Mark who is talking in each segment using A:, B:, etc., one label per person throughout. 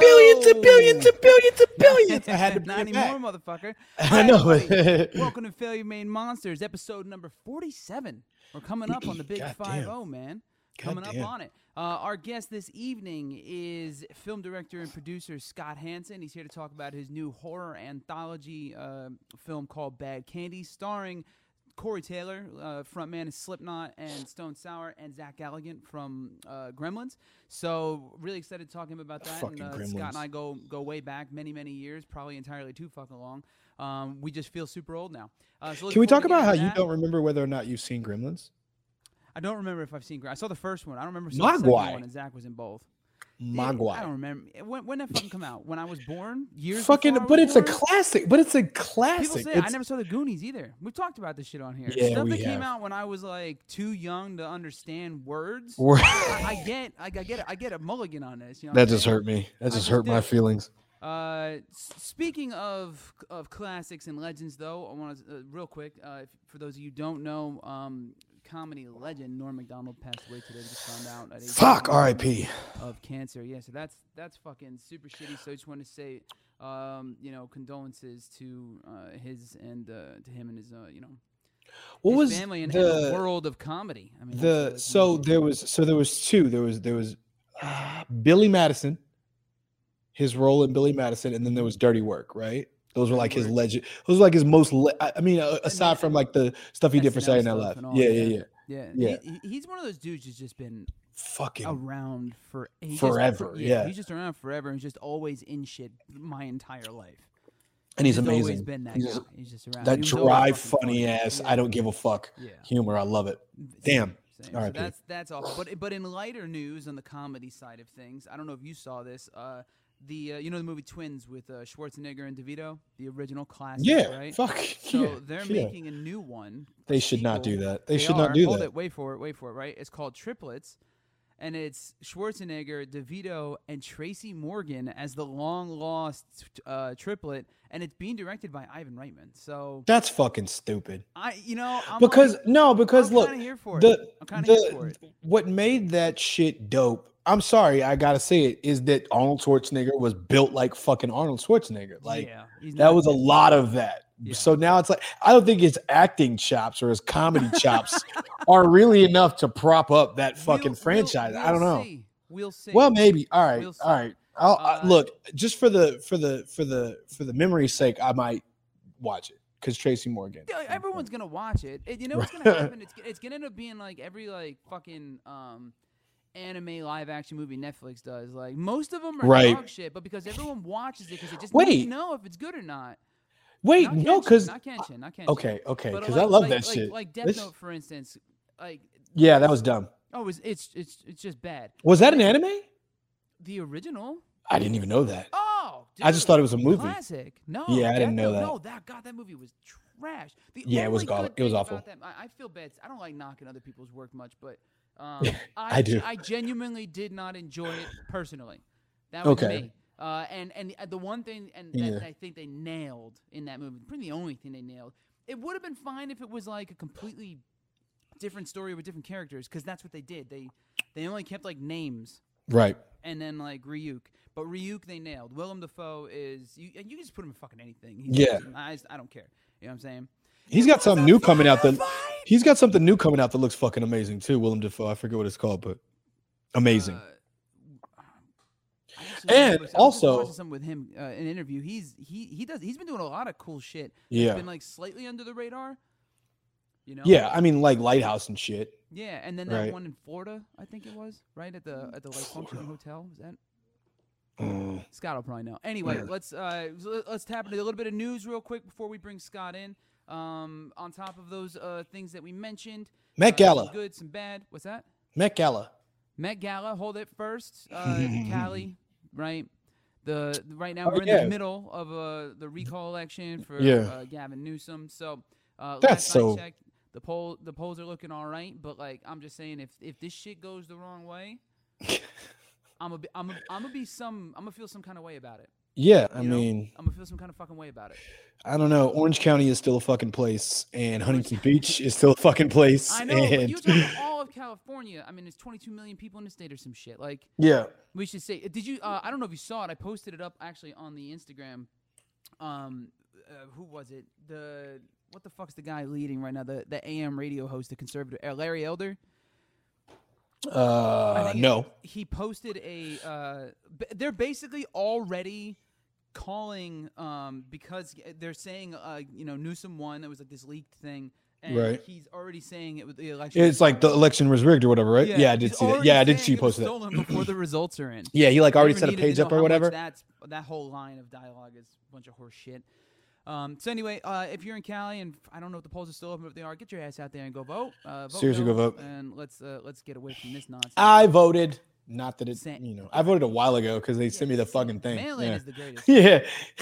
A: billions and billions and billions and billions. I had to
B: Not
A: bring it
B: anymore,
A: back.
B: motherfucker.
A: I know.
B: Alright, Welcome to Failure Made Monsters, episode number 47. We're coming up on the big
A: Goddamn.
B: 5 0, man. Coming
A: Goddamn.
B: up on it. Uh, our guest this evening is film director and producer Scott Hansen. He's here to talk about his new horror anthology uh, film called Bad Candy, starring Corey Taylor, uh, frontman of Slipknot and Stone Sour, and Zach Galligan from uh, Gremlins. So really excited talking about that.
A: Fucking
B: and, uh, Scott
A: Gremlins.
B: and I go go way back, many many years, probably entirely too fucking long. Um, we just feel super old now. Uh, so
A: Can
B: looking
A: we talk
B: forward to
A: about how
B: getting
A: you
B: to that.
A: don't remember whether or not you've seen Gremlins?
B: I don't remember if I've seen. Gre- I saw the first one. I don't remember seeing the second
A: Mogwai.
B: one, and Zach was in both. Yeah, I don't
A: Mogwai.
B: remember when, when that fucking come out. When I was born, years.
A: Fucking,
B: before I
A: but
B: was
A: it's a
B: born?
A: classic. But it's a
B: People
A: classic.
B: say I
A: It's-
B: never saw the Goonies either. We've talked about this shit on here.
A: Yeah,
B: Stuff
A: we
B: that came
A: have.
B: out when I was like too young to understand words.
A: We're-
B: I, I get, I, I get, I get a mulligan on this. You know what
A: that
B: I'm
A: just
B: saying?
A: hurt me. That just
B: just
A: hurt my
B: did.
A: feelings.
B: Uh, s- speaking of of classics and legends, though, I want to uh, real quick. Uh, if, for those of you who don't know, um, comedy legend Norm Macdonald passed away today. We just found out. At age
A: Fuck.
B: 91
A: R.I.P.
B: Of cancer. Yeah. So that's that's fucking super shitty. So I just want to say, um, you know, condolences to uh, his and uh, to him and his, uh, you know,
A: What
B: his
A: was
B: family and, and the
A: the
B: world of comedy. I mean, that's
A: the
B: really-
A: so there was so there was two there was there was uh, billy madison his role in billy madison and then there was dirty work right those were
B: Dirty
A: like his
B: Work.
A: legend those were like his most le- i I mean uh, aside from like the stuff he did for
B: SNL
A: saturday night
B: stuff
A: live
B: and all
A: yeah
B: that,
A: yeah
B: yeah.
A: yeah
B: yeah,
A: yeah.
B: He, he- he's one of those dudes who's just been Oh,
A: fucking
B: around for ages.
A: Forever, yeah.
B: He's just around forever and just always in shit my entire life.
A: and he's
B: just Always
A: amazing
B: been that
A: He's
B: guy.
A: just-
B: he's just around.
A: that
B: He was always
A: dry
B: fucking
A: funny ass
B: Yeah.
A: i don't give a fuck
B: Yeah.
A: humor i love it Damn.
B: Same. So
A: R.I.P.
B: that's that's awful. But but in lighter news on the comedy side of things, I don't know if you saw this. Uh, the uh, you know the movie Twins with uh, Schwarzenegger and DeVito, the original classic.
A: yeah
B: Right.
A: fuck
B: So
A: yeah,
B: they're
A: yeah.
B: making a new one. a
A: they should not do
B: sequel.
A: that they, should
B: are.
A: not do
B: Hold
A: that
B: it, wait for it, wait for it, right? It's called Triplets, and it's Schwarzenegger, DeVito, and Tracy Morgan as the long lost uh, triplet, and it's being directed by Ivan Reitman. So
A: that's fucking stupid
B: I, you know, I'm
A: because no because
B: I'm
A: look
B: kinda here for it.
A: the-
B: I'm kind
A: the-
B: of here for it.
A: what made that shit dope i'm sorry i gotta say it is that arnold schwarzenegger was built like fucking arnold schwarzenegger like
B: yeah, he's
A: that
B: not-
A: was a lot of that
B: Yeah.
A: so now it's like i don't think his acting chops or his comedy chops are really enough to prop up that
B: We'll-
A: fucking
B: we'll-
A: franchise i don't
B: we'll
A: know
B: see. We'll see.
A: well maybe all right,
B: We'll see.
A: all right I'll, I-
B: Uh,
A: look just for the for the for the for the memory's sake i might watch it because tracy morgan
B: Yeah, like, everyone's gonna watch it. And you know what's gonna happen? It's, it's gonna end up being like every like fucking um anime live action movie Netflix does. Like most of them are
A: Right.
B: dog shit, but because everyone watches it because they just need
A: Wait.
B: to know if it's good or not.
A: wait
B: Not
A: no
B: Kenshin,
A: because
B: not Kenshin, not Kenshin.
A: okay okay
B: But,
A: because
B: like-
A: i love
B: like-
A: that
B: like-
A: shit
B: Like Death
A: This-
B: Note, for instance. Like
A: yeah that was dumb
B: oh, it's it's it's, it's just bad.
A: Was that an anime?
B: The original.
A: I didn't even know that.
B: Oh,
A: I just
B: dude.
A: thought it was a movie.
B: Classic. No.
A: Yeah, I didn't know
B: Note-
A: that.
B: No, that God, that movie was trash. The
A: Yeah, it was
B: only
A: gaw-
B: good
A: it was
B: thing
A: awful.
B: about That, I, I feel bad. I don't like knocking other people's work much, but um, I,
A: I do.
B: I genuinely did not enjoy it personally. That was
A: Okay.
B: me. Uh, and and the, the one thing and that,
A: Yeah.
B: that I think they nailed in that movie, probably the only thing they nailed. It would have been fine if it was like a completely different story with different characters, because that's what they did. They they only kept like names
A: Right.
B: and then like Ryuk. But Ryuk they nailed. Willem Dafoe is you. and You can just put him in fucking anything. He's
A: Yeah.
B: awesome. I, just- I don't care. You know what I'm saying? Uh,
A: He's got something new coming out that he's got something new coming out that looks fucking amazing too. Willem Dafoe. I forget what it's called, but amazing.
B: Uh, I actually was
A: And
B: supposed- I was just
A: also-
B: watching something with him uh, in an interview. He's he he does he's been doing a lot of cool shit.
A: yeah.
B: Been like slightly under the radar. You know.
A: yeah. I mean, like Lighthouse and shit.
B: Yeah, and then that
A: Right.
B: one in Florida, I think it was right at the at the like function
A: Florida.
B: hotel. Was that?
A: Mm.
B: Scott'll probably know. Anyway, let's uh, l- let's tap into a little bit of news real quick before we bring Scott in. Um, on top of those uh, things that we mentioned,
A: Met
B: uh, some
A: Gala.
B: good, some bad. What's that?
A: Met Gala.
B: Met Gala. Hold it first. Uh, Cali, right? The right now
A: Oh,
B: we're in
A: yeah.
B: the middle of uh, the recall election for
A: Yeah.
B: uh, Gavin Newsom. So uh,
A: That's
B: last I
A: so-
B: checked, the poll the polls are looking all right. But like I'm just saying, if if this shit goes the wrong way, I'm a, I'm a, I'm gonna be some I'm gonna feel some kind of way about it.
A: Yeah, I
B: you know?
A: mean,
B: I'm gonna feel some kind of fucking way about it.
A: I don't know. Orange County is still a fucking place, and Huntington Beach is still a fucking place.
B: I know. But
A: and
B: you talk about all of California. I mean, there's 22 million people in the state or some shit. Like,
A: yeah,
B: We should say. Did you? Uh, I don't know if you saw it. I posted it up actually on the Instagram. Um, uh, who was it? The what the fuck's the guy leading right now? The the AM radio host, the conservative uh, Larry Elder. I
A: uh,
B: think it-
A: no,
B: he posted a. Uh, b- they're basically already calling um, because they're saying uh, you know Newsom won. It was like this leaked thing, and
A: Right.
B: he's already saying it was the election.
A: it's like the election was rigged or whatever, right? Yeah, I did
B: he's
A: see that.
B: already
A: Yeah, I did
B: saying
A: see you
B: it was
A: posted that.
B: stolen before the results are in.
A: Yeah, he like
B: I
A: already
B: never
A: set a
B: needed to
A: page
B: know
A: up
B: how
A: or
B: much
A: whatever.
B: That's that whole line of dialogue is a bunch of horse shit. Um, so anyway, uh, if you're in Cali and I don't know if the polls are still open, but if they are, get your ass out there and go vote. Uh, vote
A: Seriously, go
B: Bill,
A: vote. Ah,
B: And let's uh, let's get away from this nonsense.
A: I voted. Not that it,
B: Sa-
A: you know, I voted a while ago because they sent me the fucking thing.
B: Mail-in
A: Yeah,
B: is the greatest.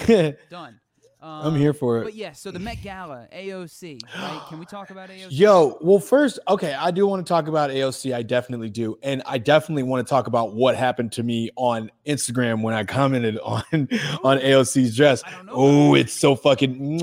A: yeah.
B: Done. Um,
A: I'm here for
B: But
A: it.
B: yeah, so the Met Gala, AOC. Right? Can we talk about AOC?
A: Yo, well, first, okay, I do want to talk about AOC. I definitely do, and I definitely want to talk about what happened to me on Instagram when I commented on on AOC's dress.
B: I don't know.
A: Oh, it's so fucking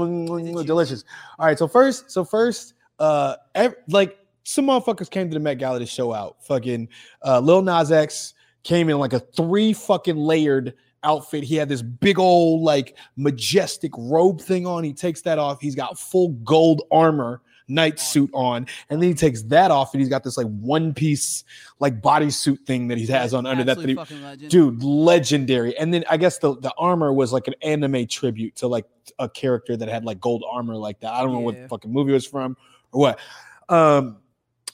A: delicious. All right, so first, so first, uh, ev- like some motherfuckers came to the Met Gala to show out. Fucking uh, Lil Nas X came in like a three fucking layered outfit. He had this big old like majestic robe thing on. He takes that off. He's got full gold armor night suit on and then he takes that off and he's got this like one piece like bodysuit thing that he has on under that that
B: Absolute
A: he,
B: fucking legend.
A: dude legendary and then i guess the, the armor was like an anime tribute to like a character that had like gold armor like that i don't know what
B: Yeah.
A: the fucking movie it was from or what um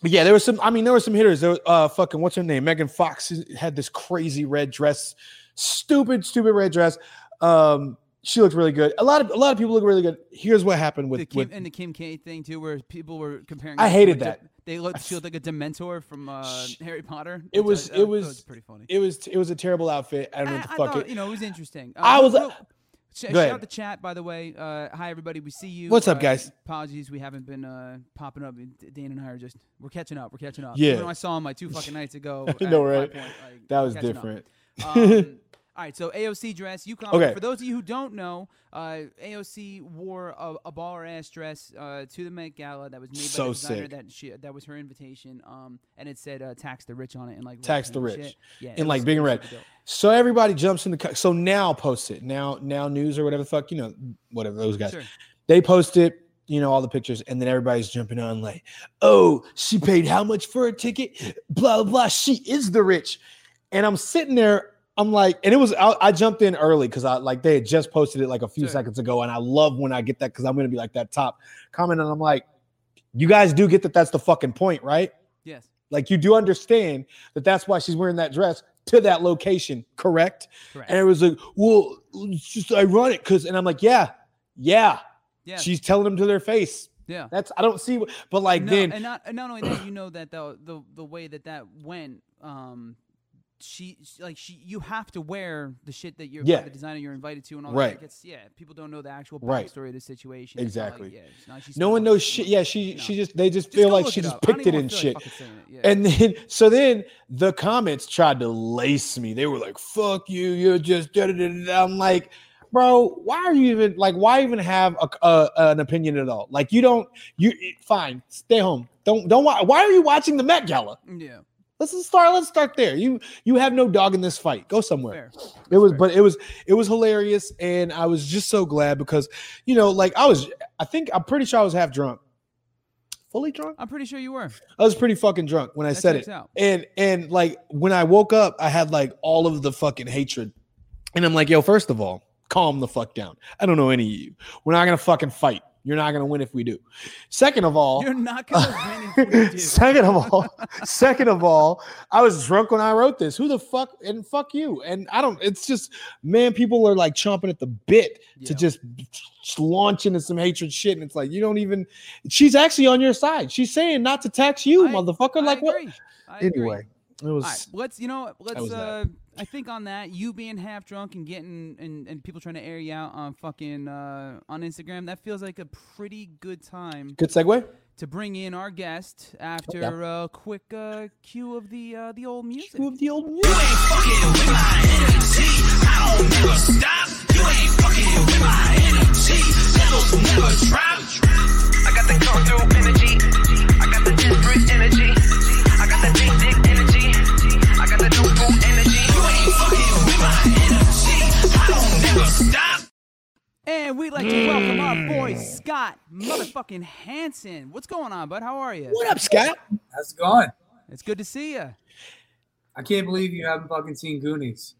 A: but yeah there was some i mean there were some hitters there was, uh fucking what's her name megan fox had this crazy red dress stupid stupid red dress um she looked really good a lot of a lot of people look really good here's what happened with,
B: the Kim,
A: with
B: and the Kim K thing too, where people were comparing.
A: I
B: her to
A: hated
B: a de-
A: that.
B: they looked she looked like a Dementor from uh,
A: Sh-
B: Harry Potter.
A: it
B: which I-
A: was-
B: I
A: it
B: thought
A: was-
B: pretty funny.
A: it was it was a terrible outfit i don't know what the
B: I, I
A: fuck
B: thought,
A: it
B: you know, it was interesting. Uh,
A: I was-
B: real- sh- shout
A: ahead.
B: out the chat, by the way. Uh, hi everybody, we see you.
A: What's up,
B: Uh,
A: guys?
B: Apologies, we haven't been uh, popping up. D- Dan and I are just we're catching up. We're catching up.
A: Yeah.
B: Even though I saw him like two fucking nights ago.
A: I
B: at
A: know,
B: High
A: right?
B: Point, like,
A: that
B: we're
A: was
B: catching up.
A: different
B: Um, all right, so AOC dress. You come
A: Okay.
B: For those of you who don't know, uh, AOC wore a, a baller ass dress uh, to the Met Gala that was made by
A: So
B: the designer
A: sick.
B: that she that was her invitation. Um, and it said uh, "Tax the rich" on it and like red
A: Tax the
B: paint and
A: rich.
B: shit. yeah, it
A: and like
B: was-
A: big
B: it
A: and
B: was
A: red.
B: super dope.
A: So everybody jumps in the co- so now post it now now news or whatever the fuck you know whatever those guys
B: Sure.
A: they post it you know all the pictures and then everybody's jumping on like oh she paid how much for a ticket blah blah, blah. she is the rich and I'm sitting there I'm like and it was I, I jumped in early because I like they had just posted it like a few
B: Sure.
A: seconds ago and I love when I get that because I'm gonna be like that top comment and I'm like you guys do get that that's the fucking point right
B: Yes.
A: like you do understand that that's why she's wearing that dress to that location, correct?
B: Correct.
A: And it was like, well, it's just ironic because, and I'm like, yeah, yeah,
B: yeah.
A: she's telling them to their face.
B: yeah.
A: That's I don't see, what- but like
B: no,
A: then,
B: and not and not only that, you know that the the the way that that went, um, she she- like she you have to wear the shit that you're
A: Yeah.
B: the designer you're invited to and all
A: Right.
B: that. It gets, yeah, people don't know the actual
A: Right.
B: backstory of the situation. It's not
A: Exactly.
B: Like, yeah, it's not- she's
A: no one
B: stupid.
A: knows shit. Yeah, she
B: No.
A: she just they just,
B: Just
A: feel
B: go
A: like
B: look
A: she
B: it
A: just
B: up. I don't
A: picked it
B: even
A: and
B: feel
A: shit.
B: like fucking saying it, yeah.
A: And then, so then the comments tried to lace me. They were like, fuck you. You're just, da, da, da, da, da." I'm like, bro, why are you even, like, why even have a, a, an opinion at all? Like, you don't, you, fine, stay home. Don't, don't, wa- why are you watching the Met Gala?
B: yeah,
A: Let's just start, let's start there. You, you have no dog in this fight. Go somewhere
B: fair.
A: it was
B: fair.
A: but it was it was hilarious and i was just so glad because you know like i was i think i'm pretty sure i was half drunk fully drunk
B: I'm pretty sure you were.
A: i was pretty fucking drunk when i
B: That
A: said
B: checks
A: it
B: out.
A: and and like when i woke up i had like all of the fucking hatred and i'm like yo first of all calm the fuck down i don't know any of you we're not gonna fucking fight you're not gonna win if we do second of all
B: You're not gonna win if you do.
A: second of all, second of all, I was drunk when I wrote this. Who the fuck and fuck you? And I don't. It's just man, people are like chomping at the bit
B: Yeah.
A: to just launch into some hatred shit, and it's like you don't even. She's actually on your side. She's saying not to tax you,
B: I-
A: motherfucker.
B: I
A: Like what?
B: agree. I agree.
A: Anyway, it was.
B: All right, let's you know what, let's
A: was that.
B: uh I think on that you being half drunk and getting and, and people trying to air you out on fucking uh on Instagram that feels like a pretty good time
A: Good segue.
B: to bring in our guest after a quick uh cue of the uh the old music.
A: Move the old
C: You ain't fucking with my energy. I don't never stop.
B: And we'd like to welcome our boy Scott motherfucking Hanson. What's going on, bud? How are you?
A: What up, Scott?
C: How's it going?
B: It's good to see you.
C: I can't believe you haven't fucking seen Goonies.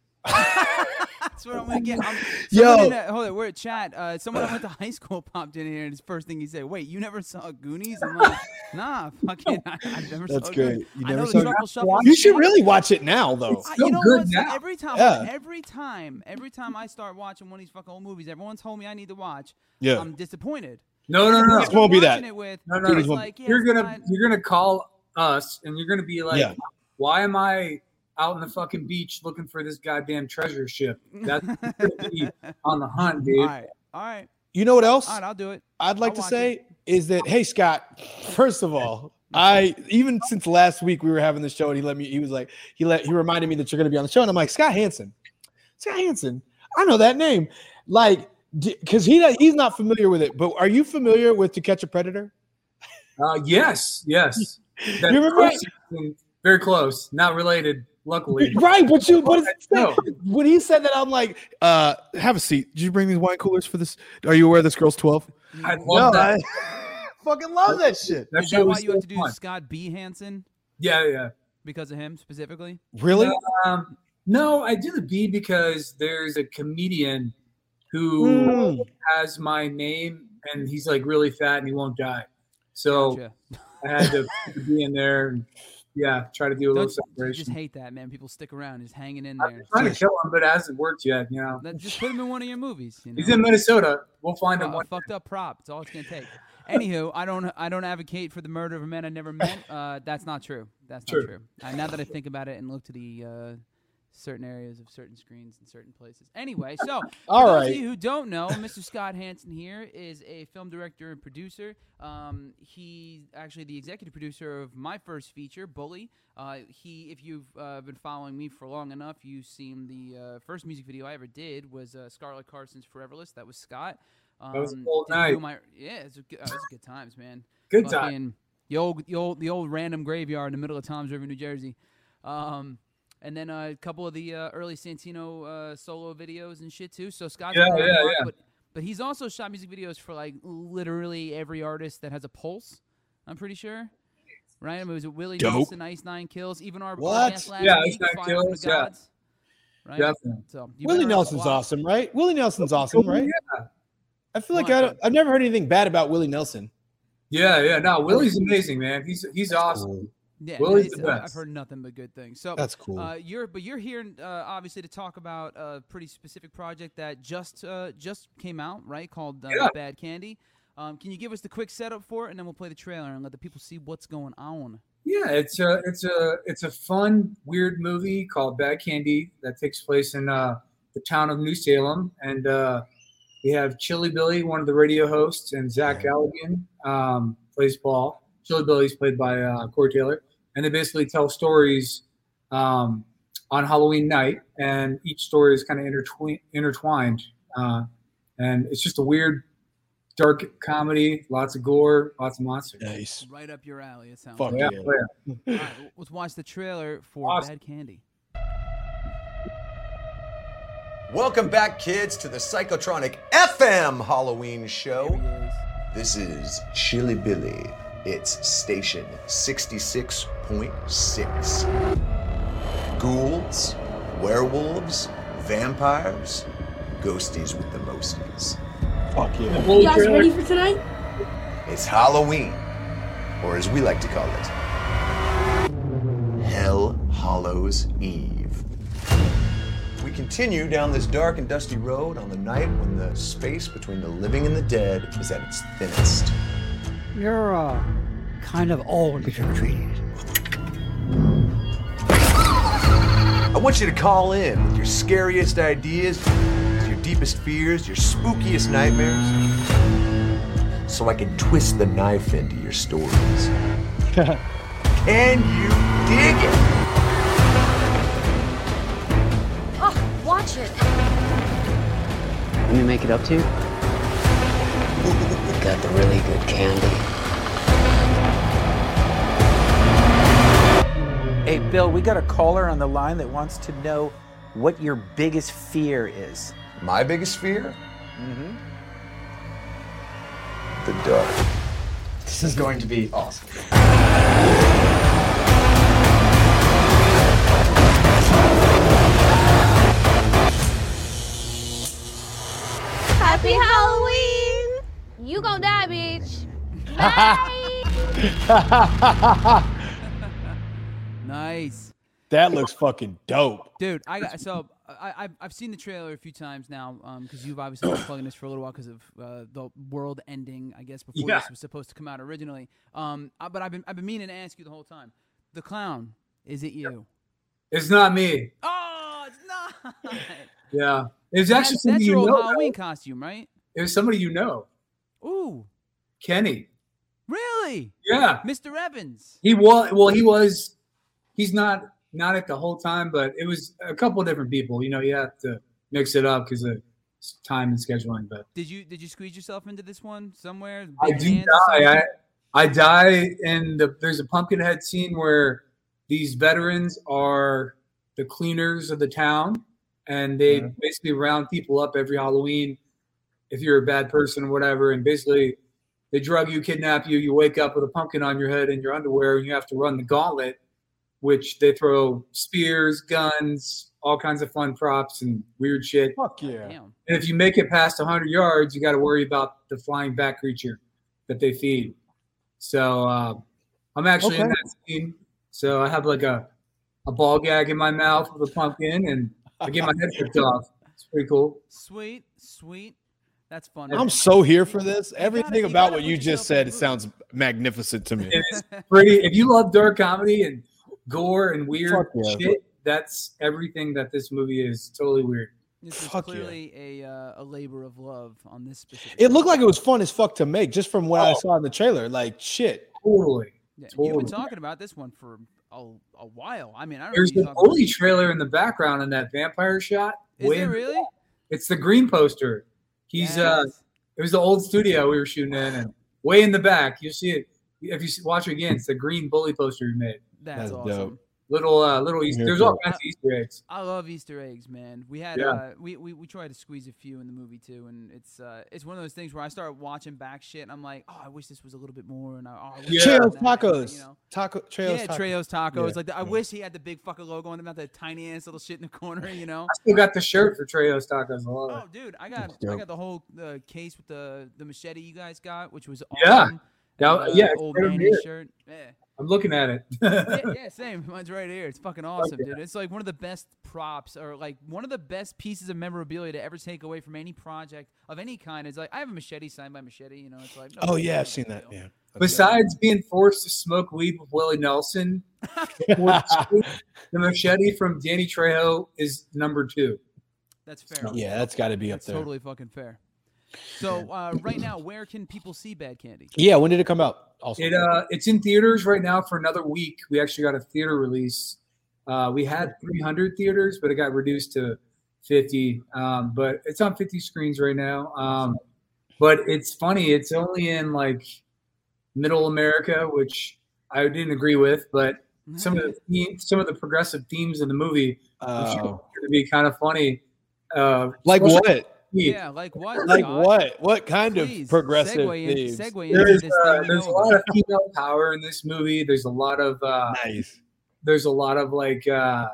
B: That's what I'm gonna get. I'm,
A: Yo.
B: someone in the- hold it. We're at chat. Uh, someone I went to high school popped in here, and his first thing he said, "Wait, you never saw Goonies?" I'm like, "Nah, fucking, I, I never saw."
A: That's
B: Goonies."
A: great. You
B: I know
A: never
B: the
A: saw.
B: Truffle Shuffle.
A: You should really watch it now, though.
C: It's
B: I-
C: so
B: you know
C: good
B: what's-
C: now.
B: Every time,
A: Yeah.
B: every time, every time I start watching one of these fucking old movies, everyone told me I need to watch.
A: Yeah.
B: I'm disappointed.
C: No, no, no, no.
A: Goonies won't be that.
B: Watching It with,
C: No, no,
B: it's
C: no.
A: Goonies won't-
B: like, yeah,
C: You're
B: it's
C: gonna
B: not-
C: you're gonna call us and you're gonna be like,
A: Yeah.
C: why am I out on the fucking beach looking for this goddamn treasure ship? That's you're gonna be on the hunt, dude.
B: all right, all right,
A: You know what else?
B: all right. I'll do it.
A: I'd like
B: I'll
A: to
B: watch
A: say is that hey Scott, first of all, I even since last week we were having the show and he let me he was like he let he reminded me that you're gonna be on the show and I'm like Scott Hansen, Scott Hansen, I know that name, like because he he's not familiar with it. But are you familiar with To Catch a Predator?
C: Uh, yes, yes. That's
A: remember-
C: close. Very close. Not related, luckily.
A: Right, but you but it's,
C: No.
A: when he said that I'm like uh have a seat. Did you bring these wine coolers for this? Are you aware this girl's twelve?
C: I love that.
A: fucking love that shit.
C: That
B: Is
C: shit
B: that why
C: was
B: you have
C: so
B: to do
C: fun.
B: Scott B. Hansen
C: Yeah, yeah.
B: because of him specifically?
A: Really?
C: No. Um, no, I do the B because there's a comedian who
A: Mm.
C: has my name and he's like really fat and he won't die. So
B: Gotcha.
C: I had to be in there and yeah, try to do a
B: Don't
C: little
B: you- you just
C: celebration.
B: hate that, man. People stick around, just hanging in
C: I'm
B: there.
C: trying to kill him, but it hasn't worked yet, you know.
B: Let- Just put him in one of your movies. You know?
C: He's in Minnesota. We'll find
B: a
C: him one.
B: fucked up prop. It's all it's gonna take. Anywho, I don't I don't advocate for the murder of a man I never met. Uh, that's not true. That's
C: True.
B: not true. Uh, now that I think about it and look to the uh, certain areas of certain screens and certain places. Anyway, so
A: All
B: for those
A: right.
B: of you who don't know, Mr. Scott Hansen here is a film director and producer. Um, he's actually the executive producer of my first feature, Bully. Uh, he, if you've uh, been following me for long enough, you've seen the uh, first music video I ever did was uh, Scarlett Carson's Foreverless. That was Scott. Um,
C: was a cold
B: did a few of
C: night.
B: my- yeah, it's a good, oh, it's good times, man.
C: Good time.
B: Fucking- The old, the old, the old random graveyard in the middle of Tom's River, New Jersey. Um, and then uh, a couple of the uh, early Santino uh, solo videos and shit too. So Scott's
C: Yeah,
B: a great
C: yeah,
B: guy,
C: yeah.
B: But, but he's also shot music videos for like literally every artist that has a pulse. I'm pretty sure. Right? I mean, it was Willie
A: Dope.
B: Nelson, Ice Nine Kills, even our
A: What?
B: podcast last
C: Yeah, Ice
B: week,
C: Nine
B: Fire from
C: Kills,
B: the
C: yeah.
B: Gods. Right.
C: Definitely.
B: So you've been
A: Willie
B: around a
A: Nelson's
B: while.
A: awesome, right? Willie Nelson's awesome, right?
C: Yeah.
A: I feel like
B: Oh, Come on,
A: I don't, I've never heard anything bad about Willie Nelson.
C: Yeah, yeah. No, Willie's amazing, man. He's he's awesome.
B: Yeah,
C: Willie's
B: it's-
C: the
B: I- I've
C: best.
B: heard nothing but good things. So
A: That's cool.
B: Uh, you're but you're here uh, obviously to talk about a pretty specific project that just uh, just came out, right? Called uh,
C: Yeah.
B: Bad Candy. Um, can you give us the quick setup for it, and then we'll play the trailer and let the people see what's going on.
C: Yeah, it's a it's a it's a fun weird movie called Bad Candy that takes place in uh, the town of New Salem, and uh, we have Chili Billy, one of the radio hosts, and Zach
A: Yeah.
C: Galligan um, plays Paul. Chili Billy's played by uh, Corey Taylor, and they basically tell stories um, on Halloween night, and each story is kind of intertwined, intertwined, uh, and it's just a weird, dark comedy, lots of gore, lots of monsters.
A: nice.
B: Right up your alley, it sounds.
A: Fuck
B: Like.
A: yeah.
C: Yeah, Oh, yeah.
B: All right, w- let's watch the trailer for
C: Awesome.
B: Bad Candy.
D: Welcome back, kids, to the Psychotronic FM Halloween
B: Here
D: show.
B: he is.
D: This is Chili Billy. It's station 66.6. Ghouls, werewolves, vampires, ghosties with the mosties.
A: Fuck yeah.
C: Holy
E: You guys
C: trailer.
E: ready for tonight?
D: It's Halloween, or as we like to call it, Hell Hollows Eve. We continue down this dark and dusty road on the night when the space between the living and the dead is at its thinnest.
F: You're uh, kind of old if you're treated.
D: I want you to call in with your scariest ideas, your deepest fears, your spookiest nightmares, so I can twist the knife into your stories. can you dig it?
E: Oh, watch it.
G: Let me make it up to you. Got the really good candy.
H: Hey, Bill, we got a caller on the line that wants to know what your biggest fear is.
I: Mm-hmm.
D: My biggest fear? the dark.
I: This is going to be awesome.
E: Happy Halloween! You gonna die, bitch.
B: Nice.
A: That looks fucking dope.
B: Dude, I got so I, I've I've seen the trailer a few times now because you've obviously been plugging this for a little while because of uh, the world ending, I guess, before
C: Yeah.
B: this was supposed to come out originally. Um, I- but I've been I've been meaning to ask you the whole time. The clown, is it you?
C: It's not me.
B: Oh, it's not.
C: Yeah, it was
B: That's,
C: actually somebody
B: that's
C: you
B: your old
C: know.
B: Halloween costume, right?
C: It was somebody you know,
B: Ooh,
C: Kenny.
B: really,
C: Yeah,
B: Mr. Evans?
C: he was. Well, he was. He's not not it the whole time, but it was a couple different people. You know, you have to mix it up because of s- time and scheduling. But
B: Did you did you squeeze yourself into this one somewhere?
C: I
B: Big
C: do
B: hands or
C: die. I,
B: something?
C: I die in the there's a Pumpkinhead scene where these veterans are the cleaners of the town, and they basically round people up every Halloween if you're a bad person or whatever, and basically they drug you, kidnap you, you wake up with a pumpkin on your head and your underwear, and you have to run the gauntlet, which they throw spears, guns, all kinds of fun props and weird shit.
A: Fuck yeah.
B: Damn.
C: And if you make it past 100 yards, you got to worry about the flying bat creature that they feed. So uh, I'm actually in
A: Okay.
C: that scene. So I have like a, a ball gag in my mouth with a pumpkin, and I get my head ripped off. It's pretty cool.
B: Sweet, sweet. That's fun.
A: I'm so here for this.
B: You gotta-
A: Everything
B: you
A: about
B: gotta
A: what
B: put
A: you just
B: yourself in
A: said
B: the
A: it
B: mood.
A: sounds magnificent to me.
C: It is pretty. If you love dark comedy and gore and weird
A: Fuck yeah.
C: shit, that's everything that this movie is. Totally weird.
B: This is
A: Fuck yeah.
B: clearly a uh, a labor of love on this specific.
A: It looked like it was fun as fuck to make just from what I saw in the trailer. Like shit.
C: Totally.
B: Yeah, you've been
C: totally.
B: talking about this one for a, a while. I mean, I don't
C: There's
B: know.
C: the bully trailer in the background in that vampire shot.
B: Is
C: Way in
B: there
C: the
B: really?
C: It's the green poster. He's uh
B: Yes.
C: it was the old studio we were shooting in and way in the back, you see it if you s- watch it again, it's the green bully poster we made.
B: that's
A: That's dope.
B: awesome.
C: Little uh little Easter
A: here
C: there's
A: for
C: all
A: it.
C: kinds of Easter eggs.
B: I love Easter eggs, man. We had
C: Yeah.
B: uh, we, we we tried to squeeze a few in the movie too, and it's uh, it's one of those things where I start watching back shit, and I'm like, oh, I wish this was a little bit more, and I, oh, I wish
C: Yeah.
B: this was
A: Trails
B: that," and,
A: tacos.
B: you know.
A: Taco trails.
B: yeah,
A: tacos.
B: Treos tacos.
A: Yeah,
B: Like, the, I
A: yeah.
B: wish he had the big fucking logo on him, not the tiny ass little shit in the corner, you know.
C: I still got the shirt for Trejo's tacos. I love
B: Oh,
C: it.
B: dude, I got I
A: dope.
B: got the whole uh, case with the the machete you guys got, which was
C: Yeah.
B: awesome.
C: That-
B: And,
C: yeah, it's
B: old
C: right over
B: man
C: here.
B: shirt. Yeah.
C: I'm looking at it.
B: yeah, yeah, same. Mine's right here. It's fucking awesome, dude. It's like one of the best props, or like one of the best pieces of memorabilia to ever take away from any project of any kind. It's like I have a machete signed by machete. You know, it's like no
A: Oh
B: big
A: yeah,
B: deal,
A: I've seen
B: no big
A: that.
B: deal.
A: Yeah.
C: Besides being forced to smoke weed with Willie Nelson, the machete from Danny Trejo is number two.
B: that's fair.
A: yeah, that's got to be up
B: that's
A: there.
B: totally fucking fair. So uh, right now, where can people see Bad Candy?
A: Yeah, when did it come out? Also,
C: It uh, it's in theaters right now for another week. We actually got a theater release. Uh, we had 300 theaters, but it got reduced to 50. Um, but it's on 50 screens right now. Um, but it's funny. It's only in like Middle America, which I didn't agree with. But some of the theme- some of the progressive themes in the movie
A: Uh,
C: are going to be kind of funny. Uh,
A: like
C: especially-
A: what?
B: yeah, like what?
A: Like
B: Scott?
A: what? What kind
B: Oh Please,
A: of progressive
B: segue in,
A: themes?
B: Segue into
C: There's,
B: this
C: uh,
B: thing we
C: there's a
B: know
C: lot
B: about.
C: of female power in this movie. There's a lot of uh,
A: Nice.
C: there's a lot of like uh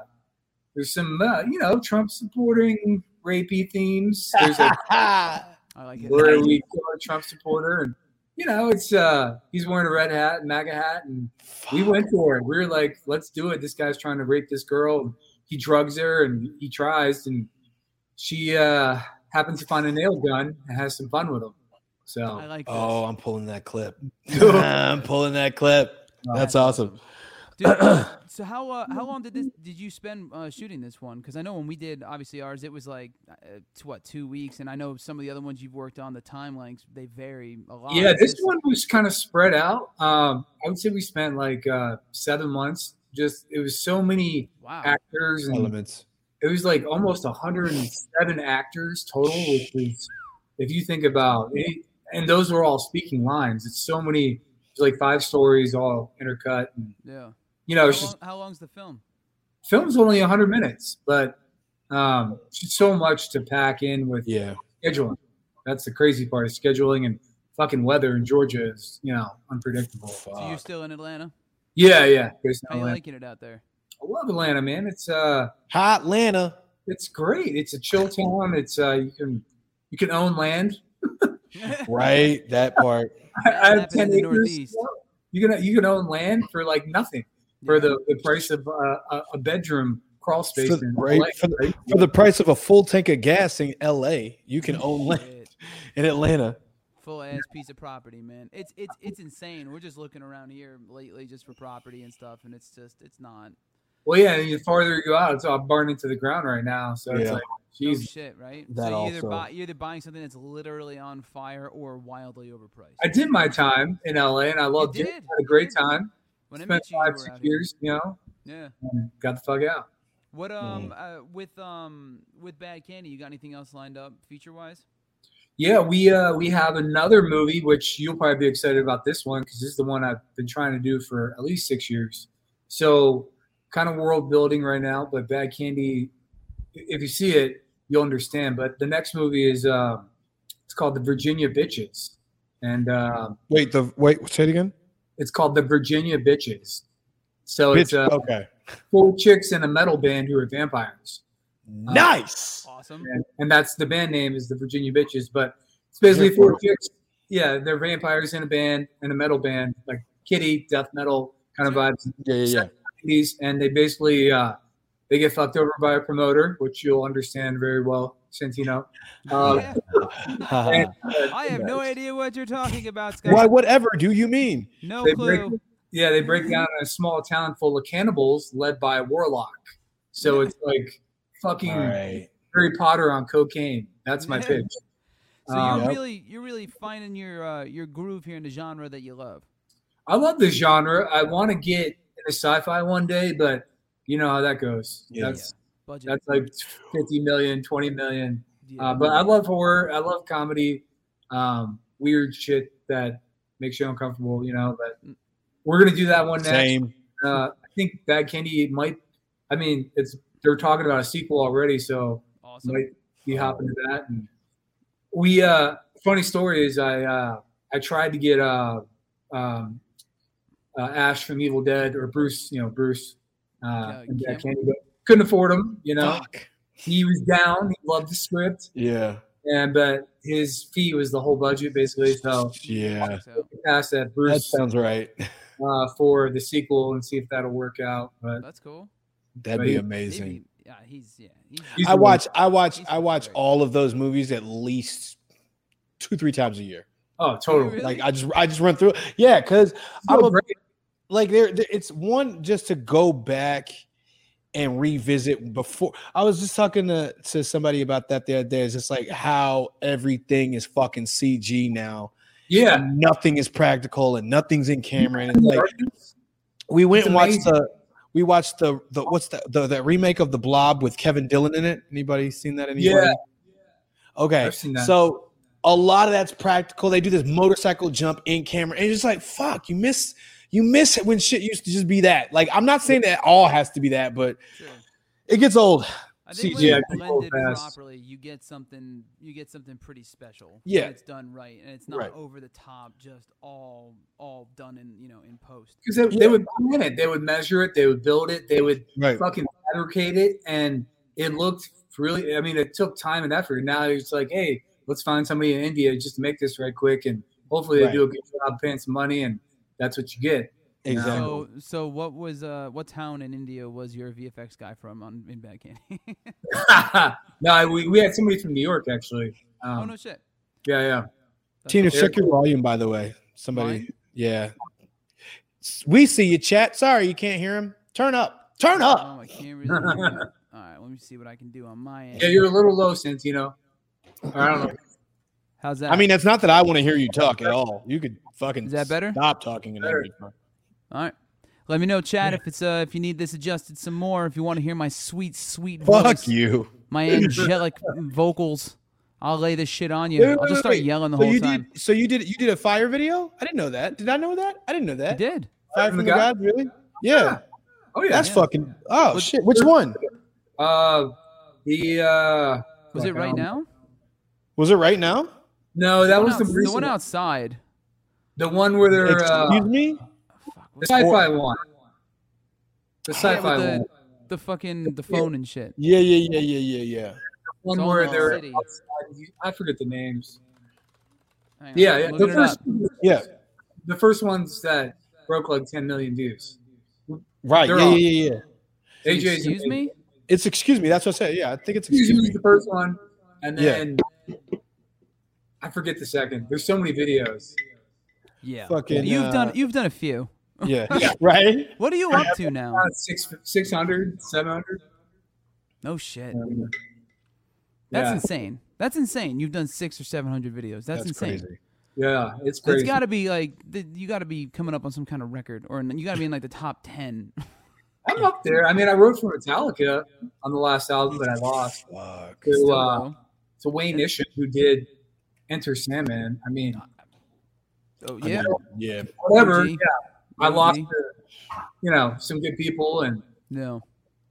C: there's some uh, you know trump supporting rapey themes there's a
B: I like it.
C: where we kill a trump supporter and you know it's uh he's wearing a red hat and maga hat and we went for it we were like let's do it this guy's trying to rape this girl and he drugs her and he tries and she uh happens to find a nail gun and has some fun with him
B: I
C: so
B: like. This.
A: Oh, I'm pulling that clip. I'm pulling that clip. That's awesome.
B: Dude, uh, so how uh, how long did this did you spend uh, shooting this one? Because I know when we did obviously ours, it was like uh, t- what two weeks, and I know some of the other ones you've worked on, the time lengths they vary a lot.
C: Yeah, this one was kind of spread out. Um, I would say we spent like uh, seven months. Just it was so many
B: Wow,
C: actors, and
A: Elements.
C: it was like almost 107 actors total. Which was, if you think about it, and those were all speaking lines. It's so many, it's like five stories all intercut. And,
B: yeah.
C: you know,
B: How,
C: it's just
B: long, how long's the film?
C: film's only 100 minutes, but um, it's just so much to pack in with
A: Yeah.
C: scheduling. That's the crazy part is scheduling and fucking weather in Georgia is you know unpredictable.
B: So you're still in Atlanta?
C: Yeah, yeah. Based
B: How
C: in
B: you
C: Uh, Atlanta.
B: liking it out there?
C: I love Atlanta, man. It's uh,
A: Hot Atlanta.
C: it's great. It's a chill town. It's uh, you can you can own land.
A: Right, that part.
C: I, I have
B: happens in
C: ten
B: the
C: acres.
B: Northeast.
C: You can you can own land for like nothing for
B: Yeah.
C: the, the price of uh, a, a bedroom crawl space.
A: For the-
C: in
A: right,
C: LA,
A: for the-
C: right?
A: For the price of a full tank of gas in L.A., you can own land
B: Shit.
A: in Atlanta.
B: Full ass piece of property, man. It's it's it's insane. We're just looking around here lately just for property and stuff, and it's just it's not
C: Well, yeah, and the farther you go out, it's all burned into the ground right now. So it's
A: Yeah.
C: like,
B: no
C: jeez.
B: shit, right?
A: That
B: so you either
A: also.
B: buy you're either buying something that's literally on fire or wildly overpriced.
C: I did my time in LA, and I loved it.
B: did.
C: Had a great
B: You did.
C: time.
B: when I
C: Spent
B: met you, you
C: five,
B: were
C: six
B: out here.
C: years, you know,
B: Yeah.
C: and got the fuck out.
B: What um
C: Mm.
B: uh, with um with Bad Candy, you got anything else lined up feature wise?
C: Yeah, we uh, we have another movie which you'll probably be excited about this one because this is the one I've been trying to do for at least six years. So kind of world building right now, but Bad Candy, if you see it, you'll understand. But the next movie is uh, it's called The Virginia Bitches, and uh,
A: Wait, the wait, say it again.
C: it's called The Virginia Bitches. So it's
A: Bitch, oh.
C: uh,
A: okay.
C: four chicks in a metal band who are vampires.
A: Uh, Nice.
B: Awesome.
C: and, and that's the band name is the Virginia Bitches. But it's basically four chicks. Yeah, they're vampires in a band in a metal band, like kitty death metal kind of vibes.
A: Yeah, yeah, yeah.
C: These and they basically uh, they get fucked over by a promoter, which you'll understand very well, Santino. Um,
B: Yeah.
A: Haha.
B: I have no idea what you're talking about, Scott.
A: Why, whatever do you mean?
B: No
C: They break-
B: clue.
C: Yeah, they
A: Mm-hmm.
C: break down a small town full of cannibals led by a warlock. So it's like fucking
A: All right.
C: Harry Potter on cocaine. That's my pitch.
B: So
C: Um,
B: you're
A: Yep.
B: really you're really finding your uh, your groove here in the genre that you love.
C: I love this genre. I want to get into sci-fi one day, but you know how that goes.
A: Yeah.
C: That's
B: Budget.
C: that's like 50 million, 20 million.
B: yeah.
C: Uh, but I love horror. I love comedy. Um, weird shit that makes you uncomfortable, you know, but we're going to do that one next.
A: Mm. Same.
C: Uh, I think Bad Candy might I mean, it's they're talking about a sequel already, so
B: awesome.
C: might be hopping to that. And we uh, funny story is I uh, I tried to get uh, um, uh, Ash from Evil Dead or Bruce, you know Bruce, uh,
B: Yeah,
C: from Dead
B: Campbell.
C: Candy, but couldn't afford him. You know,
A: Fuck.
C: he was down. He loved the script,
A: Yeah.
C: and but his fee was the whole budget basically. So
A: Yeah.
B: So
C: asked that
A: That
C: Bruce
A: sounds right.
C: uh, for the sequel and see if that'll work out. But
B: that's cool.
A: That'd be
C: Maybe-
A: amazing.
B: Maybe, yeah, he's yeah.
C: He's
B: He's,
A: I
C: the
A: watch. I watch.
B: He's
A: I watch
B: great.
A: all of those movies at least two, three times a year.
C: oh, totally,
B: Really?
A: Like I just, I just run through. it. Yeah, because I'm
C: So
A: a-
C: great.
A: like there, there- it's one just to go back and revisit before i was just talking to, to somebody about that the other day it's just like how everything is fucking cg now
C: yeah.
A: and nothing is practical and nothing's in camera and it's like we went
C: It's
A: and watched
C: amazing.
A: the we watched the the what's the, the the remake of the blob with kevin dillon in it anybody seen that anybody?
C: Yeah.
A: okay
C: I've seen that.
A: so a lot of that's practical they do this motorcycle jump in camera and it's just like fuck you miss you miss it when shit used to just be that like i'm not saying that all has to be that but
B: sure.
A: it gets old
B: I think when
A: CGI
C: can
B: it's
C: go
B: blended
C: fast.
B: properly, you get something you get something pretty special. when
A: Yeah.
B: it's done right, and it's not
A: Right.
B: over the top, just all all done in you know in post.
C: Because they,
A: Yeah.
C: they would plan it, they would measure it, they would build it, they would
A: right
C: fucking fabricate it, and it looked really. I mean, it took time and effort. Now it's like, hey, let's find somebody in India just to make this right quick, and hopefully they
A: Right.
C: do a good job paying some money, and that's what you get.
A: exactly
B: So so what was uh what town in India was your VFX guy from on in Bad Candy?
C: no, we, we had somebody from New York actually. Um,
B: oh no shit.
C: Yeah, yeah.
B: That's
A: tina
B: cool.
A: check your volume by the way somebody
B: Mine?
A: yeah S- we see you chat sorry you can't hear him turn up turn
B: Oh
A: up
B: my camera's not even up. All right, let me see what I can do on my end.
C: Yeah, you're a little low, Santino. Or I don't know.
B: How's that?
A: i mean it's not that i want to hear you talk at all you could fucking
B: Is that better?
A: stop talking and
C: Better.
A: everything.
B: all right. Let me know, Chad, if it's uh if you need this adjusted some more, if you want to hear my sweet, sweet
A: fuck
B: voice,
A: you
B: my angelic vocals. I'll lay this shit on you.
A: Wait, wait,
B: I'll
A: wait,
B: just start
A: wait.
B: yelling the
A: so
B: whole
A: you
B: time.
A: did. So you did. You did a fire video. I didn't know that. Did I know that? I didn't know
B: I
A: that.
B: did.
A: Fire from the God, really? Yeah.
C: Oh yeah.
A: That's
B: Yeah.
A: fucking. Oh shit. Which one?
C: uh, the uh,
B: Was
C: fuck,
B: it
C: I
B: right
C: don't-
B: now?
A: Was it right now?
C: No, that was the,
B: Outs- the
C: recent
B: one
C: one.
B: outside.
C: The one where they're uh,
A: Excuse me?
B: Fuck,
C: the
B: what's
C: sci-fi one. The
B: yeah,
C: sci-fi
B: with
C: one.
B: the, the fucking the phone and shit.
A: Yeah, yeah, yeah, yeah, yeah, yeah.
C: One
B: Salt
C: where
B: Lake
C: they're
B: City.
C: outside. I forget the names.
B: Hang on,
C: Yeah, yeah.
B: looking
C: The
B: it
C: first,
B: up.
A: Yeah.
C: the first ones that broke like 10 million views.
A: Right.
C: They're
A: Yeah,
C: all-
A: yeah, yeah, yeah.
C: AJ's
B: Excuse me.
A: It's excuse me. That's what I said. Yeah, I think it's
C: Excuse
A: excuse
C: me,
A: me.
C: the first one, and then I forget the second. There's so many videos.
B: Yeah.
A: Fucking,
B: You've done
A: uh,
B: you've done a few.
A: Yeah. Right?
B: What are you up to now?
C: Uh, six, 600, 700.
B: No shit.
C: Um,
B: That's
C: yeah,
B: insane. That's insane. You've done six or seven hundred videos. That's,
A: That's
B: insane.
A: crazy.
C: yeah, it's crazy.
B: It's got to be like th- you got to be coming up on some kind of record, or in- you got to be in like the top ten.
C: I'm up there. I mean, I wrote for Metallica on the last album that I lost
A: Fuck.
C: to,
B: Still
C: uh,
B: low.
C: to Wayne Isham, who did Enter Sandman. I mean,
B: oh yeah.
A: Yeah.
C: whatever.
B: OG.
C: Yeah, I lost,
B: OG.
C: uh, you know, some good people, and
B: No,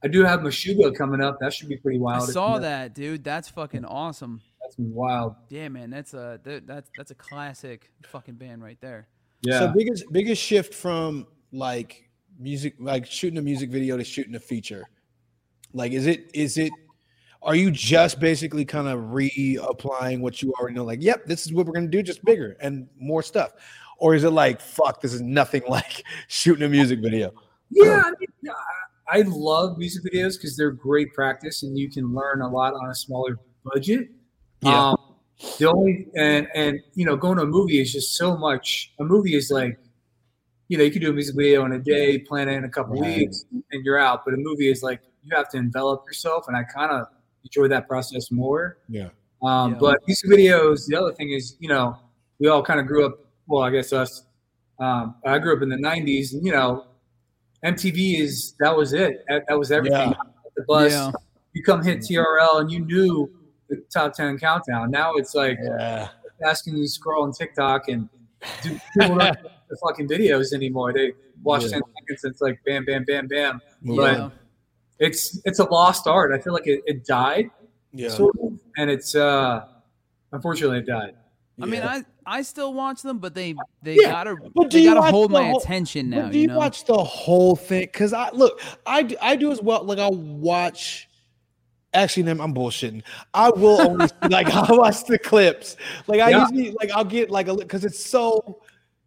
C: I do have Meshuga coming up. That should be pretty
B: I
C: wild.
B: saw that, dude. That's fucking awesome.
C: That's wild.
B: Yeah, man. That's a that, that's that's a classic fucking band right there.
C: Yeah.
A: So biggest biggest shift from like music like shooting a music video to shooting a feature. Like is it is it are you just basically kind of reapplying what you already know like yep this is what we're going to do just bigger and more stuff or is it like fuck this is nothing like shooting a music video
C: Yeah, I, mean, I I love music videos because they're great practice, and you can learn a lot on a smaller budget.
A: Yeah.
C: Um, the only and and you know going to a movie is just so much. A movie is like, you know, you can do a music video in a day, plan it in a couple
A: Right.
C: weeks, and you're out. But a movie is like you have to envelop yourself, and I kind of enjoy that process more.
A: Yeah.
C: Um,
B: Yeah.
C: But music videos, the other thing is, you know, we all kind of grew up. Well, I guess us. Um, I grew up in the '90s, and you know, MTV is that was it. That, that was everything. The bus.
B: Yeah.
C: You come hit TRL, and you knew the top ten countdown. Now it's like
A: yeah
C: asking you to scroll on TikTok, and do, people don't do the fucking videos anymore. They watch
A: Yeah.
C: ten seconds. and It's like bam, bam, bam, bam. But-
B: Yeah.
C: It's it's a lost art. I feel like it, it died,
A: yeah
C: sort of, and it's uh, unfortunately it died.
B: I mean,
A: Yeah.
B: I I still watch them, but they they
A: Yeah,
B: gotta
A: but do
B: they
A: you
B: gotta
A: watch
B: hold
A: the
B: my
A: whole-
B: attention
A: But
B: now.
A: do
B: You,
A: you
B: know,
A: watch the whole thing? Because I look, I d- I do as well. Like I watch. Actually, Nam, I'm bullshitting. I will only like I watch the clips. Like I
C: Yeah.
A: usually like I'll get like a because it's so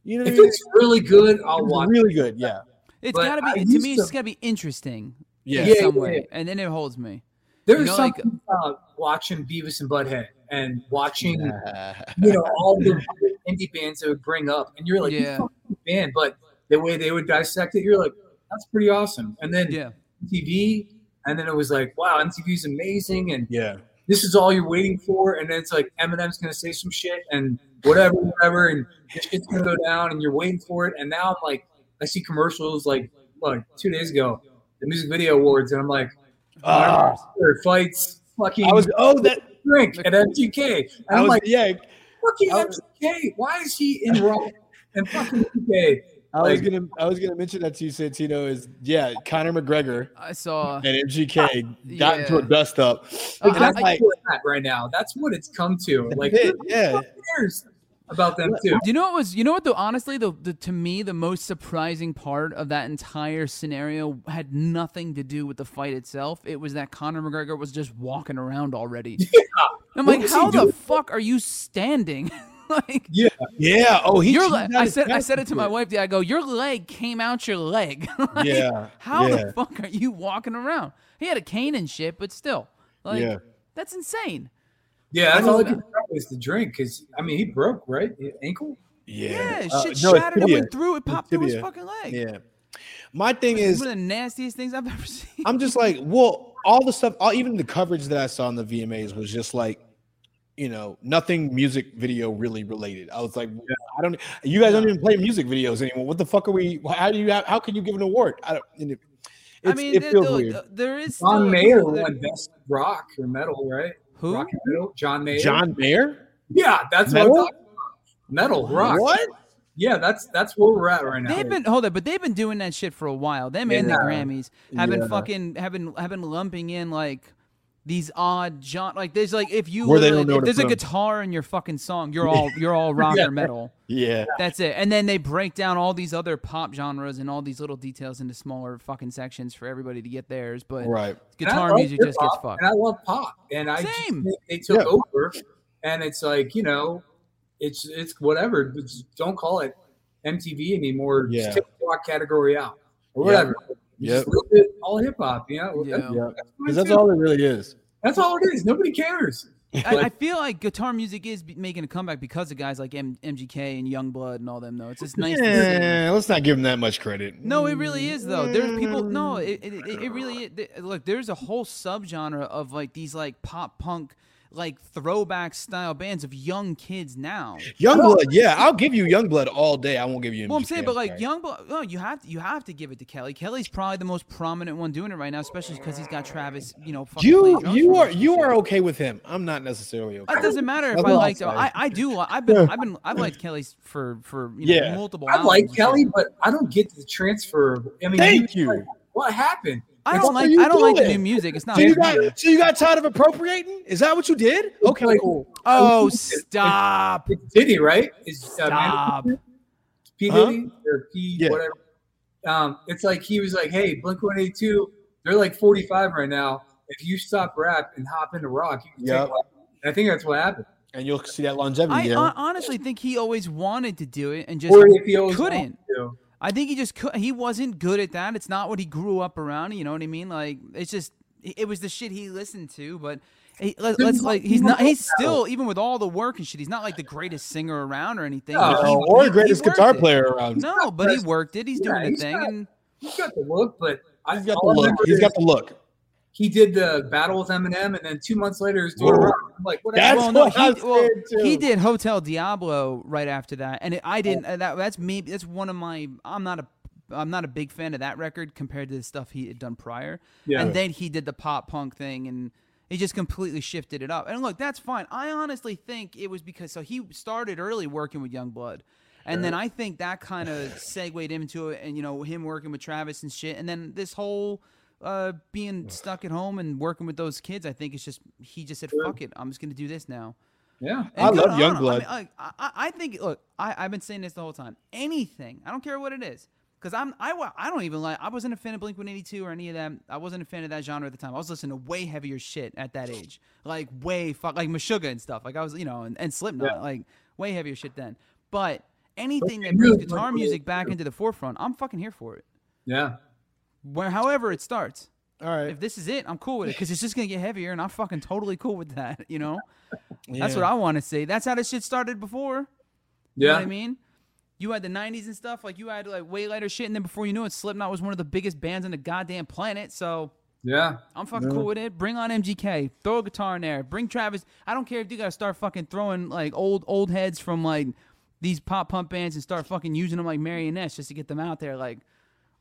A: you know what I
C: If
A: mean?
C: it's really good, I'll
A: It's
C: watch.
A: really good. Yeah,
B: it's
C: but
B: gotta
C: I
B: be to me.
C: used
B: It's
C: to-
B: gotta be interesting.
A: yeah,
B: in
C: Yeah,
B: some
C: yeah,
B: way,
C: yeah.
B: and then it holds me.
C: There's
B: You know, like-
C: something about watching Beavis and Butthead and watching you know all the indie bands that would bring up, and you're like, you
B: Yeah.
C: fucking band, but the way they would dissect it, you're like, that's pretty awesome. And then
B: Yeah,
C: MTV, and then it was like, wow, MTV is amazing, and
A: yeah.
C: this is all you're waiting for. And then it's like Eminem's gonna say some shit and whatever, whatever, and this shit's gonna go down, and you're waiting for it. And now I'm like, I see commercials like like two days ago, the music video awards, and I'm like.
A: Ah,
C: Or fights fucking
A: I was oh that
C: drink at MTK. And
A: I
C: I'm
A: was
C: like,
A: yeah
C: fucking
A: I was-
C: MTK, why is he in Rome? And fucking MTK.
A: I was
C: Like-
A: gonna I was gonna mention that to you Santino is yeah Conor McGregor
B: I saw.
A: and MGK got into a
B: Yeah.
A: dust up.
B: Uh, I-
A: And I'm
C: Ah, That's
B: I-
A: like,
C: where we're at right now. That's what it's come to. Like
A: it,
C: who
A: yeah,
C: cares about them too.
B: Do you know what was? You know what though? Honestly, the, the to me the most surprising part of that entire scenario had nothing to do with the fight itself. It was that Conor McGregor was just walking around already. I'm
C: What
B: like,
C: was he
B: how the
C: doing?
B: fuck are you standing? like
A: yeah. Oh, he.
B: your
A: cheated
B: leg.
A: out
B: I
A: his
B: said I said it to my
A: casket.
B: wife. Yeah, I go, your leg came out your leg. Like,
A: Yeah,
B: How
A: yeah.
B: the fuck are you walking around? He had a cane and shit, but still, like,
A: Yeah.
B: that's insane.
C: Yeah, that's
B: I
C: all I
B: was-
C: can remember is the drink because I mean he broke right His ankle.
B: Yeah,
A: Uh,
B: shit
A: no, it's
B: shattered. It
A: tibia.
B: went through. It popped through his
A: tibia.
B: fucking leg.
A: Yeah. My thing
B: It's
A: is,
B: one of the nastiest things I've ever seen.
A: I'm just like, well, all the stuff, all, even the coverage that I saw in the VMAs was just like, you know, nothing music video really related. I was like, I don't, you guys don't even play music videos anymore. What the fuck are we? How do you? How, can you give an award? I don't. And it,
B: I
A: it's,
B: mean,
A: it
B: there-
A: feels
B: there-
A: weird.
B: there is still,
C: John Mayer
B: there-
C: won best rock or metal, right?
B: who?
C: Rock and metal. John
B: uh,
C: Mayer.
A: John Mayer.
C: Yeah, that's
A: Metal?
C: what I'm talking about. Metal rock.
A: What?
C: Yeah, that's that's where we're at right now.
B: They've been hold up, but they've been doing that shit for a while. Them and the
C: Yeah.
B: Grammys have been
A: Yeah.
B: fucking have been have been lumping in like these odd genre like there's like if you
A: Where they
B: literally-
A: don't know
B: if
A: what
B: there's
A: to
B: a
A: put 'em.
B: guitar in your fucking song, you're all you're all rock or metal.
A: Yeah.
B: That's it. And then they break down all these other pop genres and all these little details into smaller fucking sections for everybody to get theirs. But
A: Right.
C: And I
B: guitar
C: love
B: music
C: hip
B: just gets
C: hop,
B: fucked.
C: And I love pop, and I just
B: Same.
C: think they took
A: Yeah.
C: over, and it's like you know, it's it's whatever. Just don't call it MTV anymore.
A: Yeah.
C: Just take the rock category out or whatever. You
A: Yep.
C: Just look at all hip hop. You know,
B: Yeah.
C: That's,
A: Yeah.
C: what
A: 'Cause
C: it
A: that's
C: is.
A: all it really is.
C: That's all it is. Nobody cares.
B: I, I feel like guitar music is be- making a comeback because of guys like M- MGK and Youngblood and all them though. It's just nice. To see.
A: Yeah, let's not give him that much credit.
B: No, it really is though. There's people. No, it it, it, it really is. Th- Look, there's a whole subgenre of like these like pop punk like throwback style bands of young kids now.
A: Youngblood, yeah, I'll give you Youngblood all day. I won't give you.
B: Well, I'm
A: MGK,
B: saying, but like
A: sorry.
B: young, but no, you have to, you have to give it to Kelly. Kelly's probably the most prominent one doing it right now, especially because he's got Travis. You know, fucking playing
A: you,
B: drums
A: you
B: for
A: are
B: him and
A: you
B: shit.
A: are okay with him. I'm not necessarily okay.
B: It doesn't matter if
A: That's
B: I
A: what I'll
B: liked.
A: say.
B: I I do. I've been I've been I've liked Kelly's for for you know,
A: Yeah.
B: multiple.
C: I like
B: albums and shit.
C: Kelly, but I don't get the transfer. I mean,
A: Thank you.
C: What happened?
B: I
A: That's
B: don't
A: what
B: like
A: you
B: I don't like the
A: doing.
B: new music. It's not.
A: So you
B: for me.
A: got so you got tired of appropriating? Is that what you did? Okay,
C: Like,
A: cool.
B: oh stop
C: It's Diddy, right? Is uh,
B: stop.
C: P
A: Huh?
C: Diddy or P
A: Uh-huh. Yeah.
C: whatever. Um, it's like he was like, "Hey, Blink One Eight Two, they're like forty five right now. If you stop rap and hop into rock, you can
A: Yeah.
C: take." Life. And I think that's what happened.
A: And you'll see that longevity.
B: I uh,
A: there.
B: hon- honestly think he always wanted to do it and just
C: Or if he always
B: couldn't.
C: wanted to.
B: I think he just could. He wasn't good at that. It's not what he grew up around. You know what I mean? Like it's just it it was the shit he listened to, but. He, let, us like he's not he's still even with all the work and shit he's not like the greatest singer around or anything but he-
A: Uh, or
B: he- he
A: greatest
B: worked
A: guitar
B: it.
A: player around.
B: no but he worked it he's
C: Yeah,
B: doing the
C: he's
B: thing
C: got-
B: and
C: He's got the look, but I,
A: He's got
C: all
A: the
C: I
A: look.
C: remember
A: He's got
C: is
A: the look.
C: he did the battle with Eminem, and then two months later, he's doing
A: Whoa.
C: rock. I'm like, what?
A: That's
B: well,
C: happened?
B: no,
A: what
B: he,
A: I was
B: well,
A: saying,
B: he
A: too.
B: did Hotel Diablo right after that, and it, I didn't. uh, That that's me. That's one of my. I'm not a. I'm not a big fan of that record compared to the stuff he had done prior.
C: Yeah.
B: And then he did the pop punk thing, and he just completely shifted it up. And look, that's fine. I honestly think it was because so he started early working with Youngblood. And then I think that kind of segued into it, and you know him working with Travis and shit, and then this whole uh, being stuck at home and working with those kids. I think it's just he just said, "Fuck it, I'm just gonna do this now."
C: yeah,
A: I
B: good
A: love
B: on him.
A: Youngblood.
B: I, mean, I, I, I think. Look, I, I've been saying this the whole time. Anything, I don't care what it is, because I'm I, wa- I don't even like. I wasn't a fan of Blink One Eighty Two or any of that. I wasn't a fan of that genre at the time. I was listening to way heavier shit at that age, like way fuck like Meshuggah and stuff. Like I was, you know, and, and Slipknot, like way heavier shit then. But anything that brings
C: really
B: guitar
C: like-
B: music back into the forefront, I'm fucking here for it.
C: yeah.
B: Where, however, it starts.
A: All right.
B: If this is it, I'm cool with it because it's just gonna get heavier, and I'm fucking totally cool with that. You know, that's what I want to see. That's how this shit started before. You know
C: Yeah,
B: what I mean? You had the 90s and stuff. Like, you had, like, way later shit. And then before you knew it, Slipknot was one of the biggest bands on the goddamn planet. So
C: yeah.
B: I'm fucking cool with it. Bring on MGK. Throw a guitar in there. Bring Travis. I don't care if you got to start fucking throwing, like, old old heads from, like, these pop punk bands and start fucking using them like marionettes just to get them out there. Like,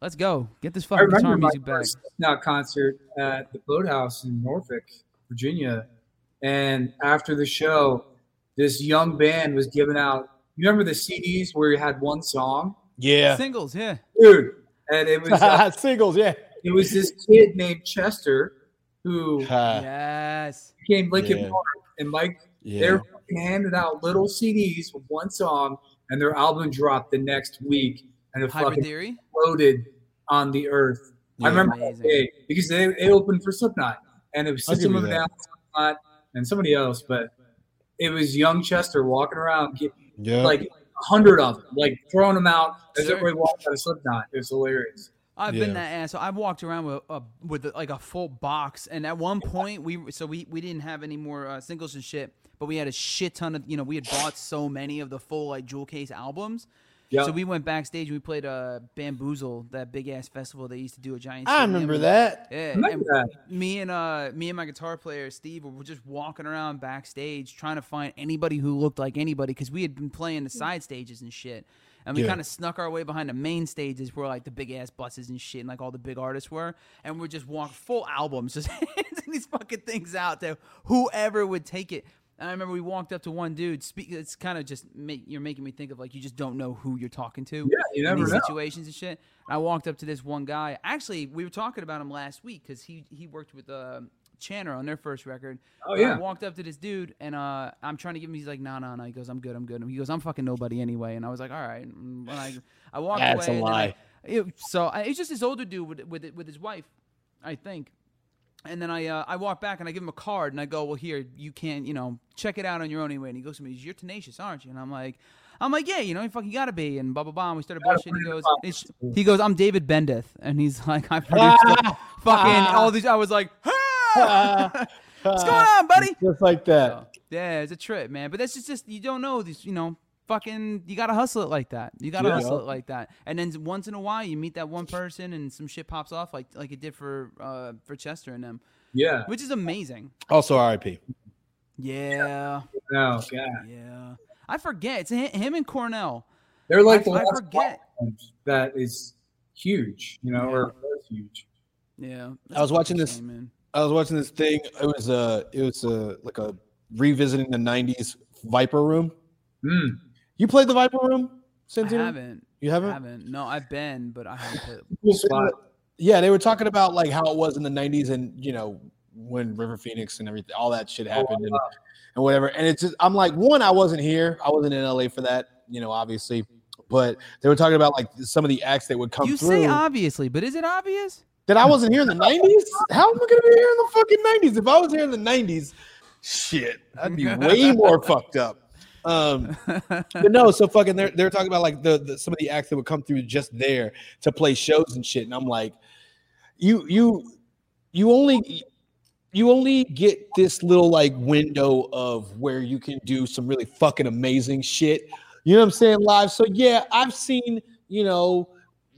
B: let's go. Get this
C: I
B: fucking guitar
C: remember my
B: music back.
C: first Slipknot concert at the Boathouse in Norfolk, Virginia, and after the show, this young band was giving out. You remember the CDs where you had one song,
A: yeah.
B: Singles, yeah.
C: dude? And it was uh,
A: Singles, yeah.
C: it was this kid named Chester who
A: Ha,
B: Yes.
C: became Lincoln
A: Yeah.
C: Park, and Mike. They
A: yeah.
C: were fucking handed out little CDs with one song, and their album dropped the next week, and it
B: Hybrid
C: fucking
B: Theory.
C: exploded on the earth. I
A: Yeah.
C: remember that
B: Amazing.
C: day because they, they opened for Slipknot and it was
A: I'll give
C: System
A: you
C: of a Down,
A: that.
C: Slipknot, and somebody else, but it was young Chester walking around getting
A: Yeah.
C: like a hundred of them, like throwing them out as
B: Sure.
C: everybody walked out of Slipknot. It was hilarious.
B: I've been
A: Yeah.
B: that asshole. I've walked around with a with like a full box, and at one point we so we we didn't have any more uh, singles and shit, but we had a shit ton of you know we had bought so many of the full like jewel case albums.
C: Yeah.
B: So we went backstage and we played uh, Bamboozle, that big ass festival they used to do a giant.
A: I
B: stadium.
A: remember that.
B: Yeah,
C: Remember
B: and me and uh me and my guitar player Steve were just walking around backstage trying to find anybody who looked like anybody because we had been playing the side stages and shit, and we
A: Yeah.
B: kind of snuck our way behind the main stages where like the big ass buses and shit and like all the big artists were, and we're just walking full albums, just handing these fucking things out to whoever would take it. And I remember we walked up to one dude. Speak. It's kind of just make, you're making me think of like you just don't know who you're talking to
C: Yeah, you
B: in
C: never
B: these
C: know.
B: situations and shit. And I walked up to this one guy. Actually, we were talking about him last week because he he worked with uh, Channer on their first record.
C: Oh, yeah.
B: I walked up to this dude and uh, I'm trying to give him. He's like, no, no, no. He goes, I'm good, I'm good. And he goes, I'm fucking nobody anyway. And I was like, all right. And when I, I walked
A: That's a
B: away. and then I-
A: lie.
B: it- so I, it's just this older dude with with with his wife, I think. And then I uh, I walk back and I give him a card and I go, well, here you can you know check it out on your own anyway. And he goes to me, you're tenacious, aren't you? And I'm like, I'm like, yeah, you know, you fucking gotta be. And blah blah blah. And we started bullshit. He goes, it's, he goes, I'm David Bendeth, and he's like, I produced the fucking all these. I was like, "Ah!" what's going on, buddy?
A: Just like that.
B: So, yeah, it's a trip, man. But that's just, just you don't know these, you know, fucking you gotta hustle it like that. You gotta
A: Yeah.
B: hustle it like that. And then once in a while you meet that one person and some shit pops off like like it did for uh for Chester and them.
C: Yeah.
B: Which is amazing.
A: Also, RIP.
B: Yeah.
C: No, God.
B: Yeah. I forget. It's hi- him and Cornell.
C: They're like
B: I-
C: the
B: I
C: last
B: forget.
C: platforms that is huge, you know, or was huge.
B: Yeah.
A: I was watching this-
B: Shame, man.
A: I was watching this thing. It was a, it was a like a revisiting the '90s Viper Room.
C: Mm.
A: You played the Viper Room,
B: I
A: Santino?
B: haven't.
A: You
B: I
A: haven't?
B: haven't. No, I've been, but I haven't played.
C: Cool spot.
A: Yeah, they were talking about like how it was in the '90s, and you know when River Phoenix and everything, all that shit happened, and, and whatever. And it's just, I'm like, one, I wasn't here. I wasn't in LA for that, you know, obviously. But they were talking about like some of the acts that would come
B: You
A: through
B: say obviously, but is it obvious?
A: that I wasn't here in the '90s. How am I gonna be here in the fucking '90s? If I was here in the '90s, shit, I'd be way more fucked up. Um, but no, so fucking they're they're talking about like the, the some of the acts that would come through just there to play shows and shit, and I'm like, you you you only you only get this little like window of where you can do some really fucking amazing shit. You know what I'm saying? Live. So yeah, I've seen you know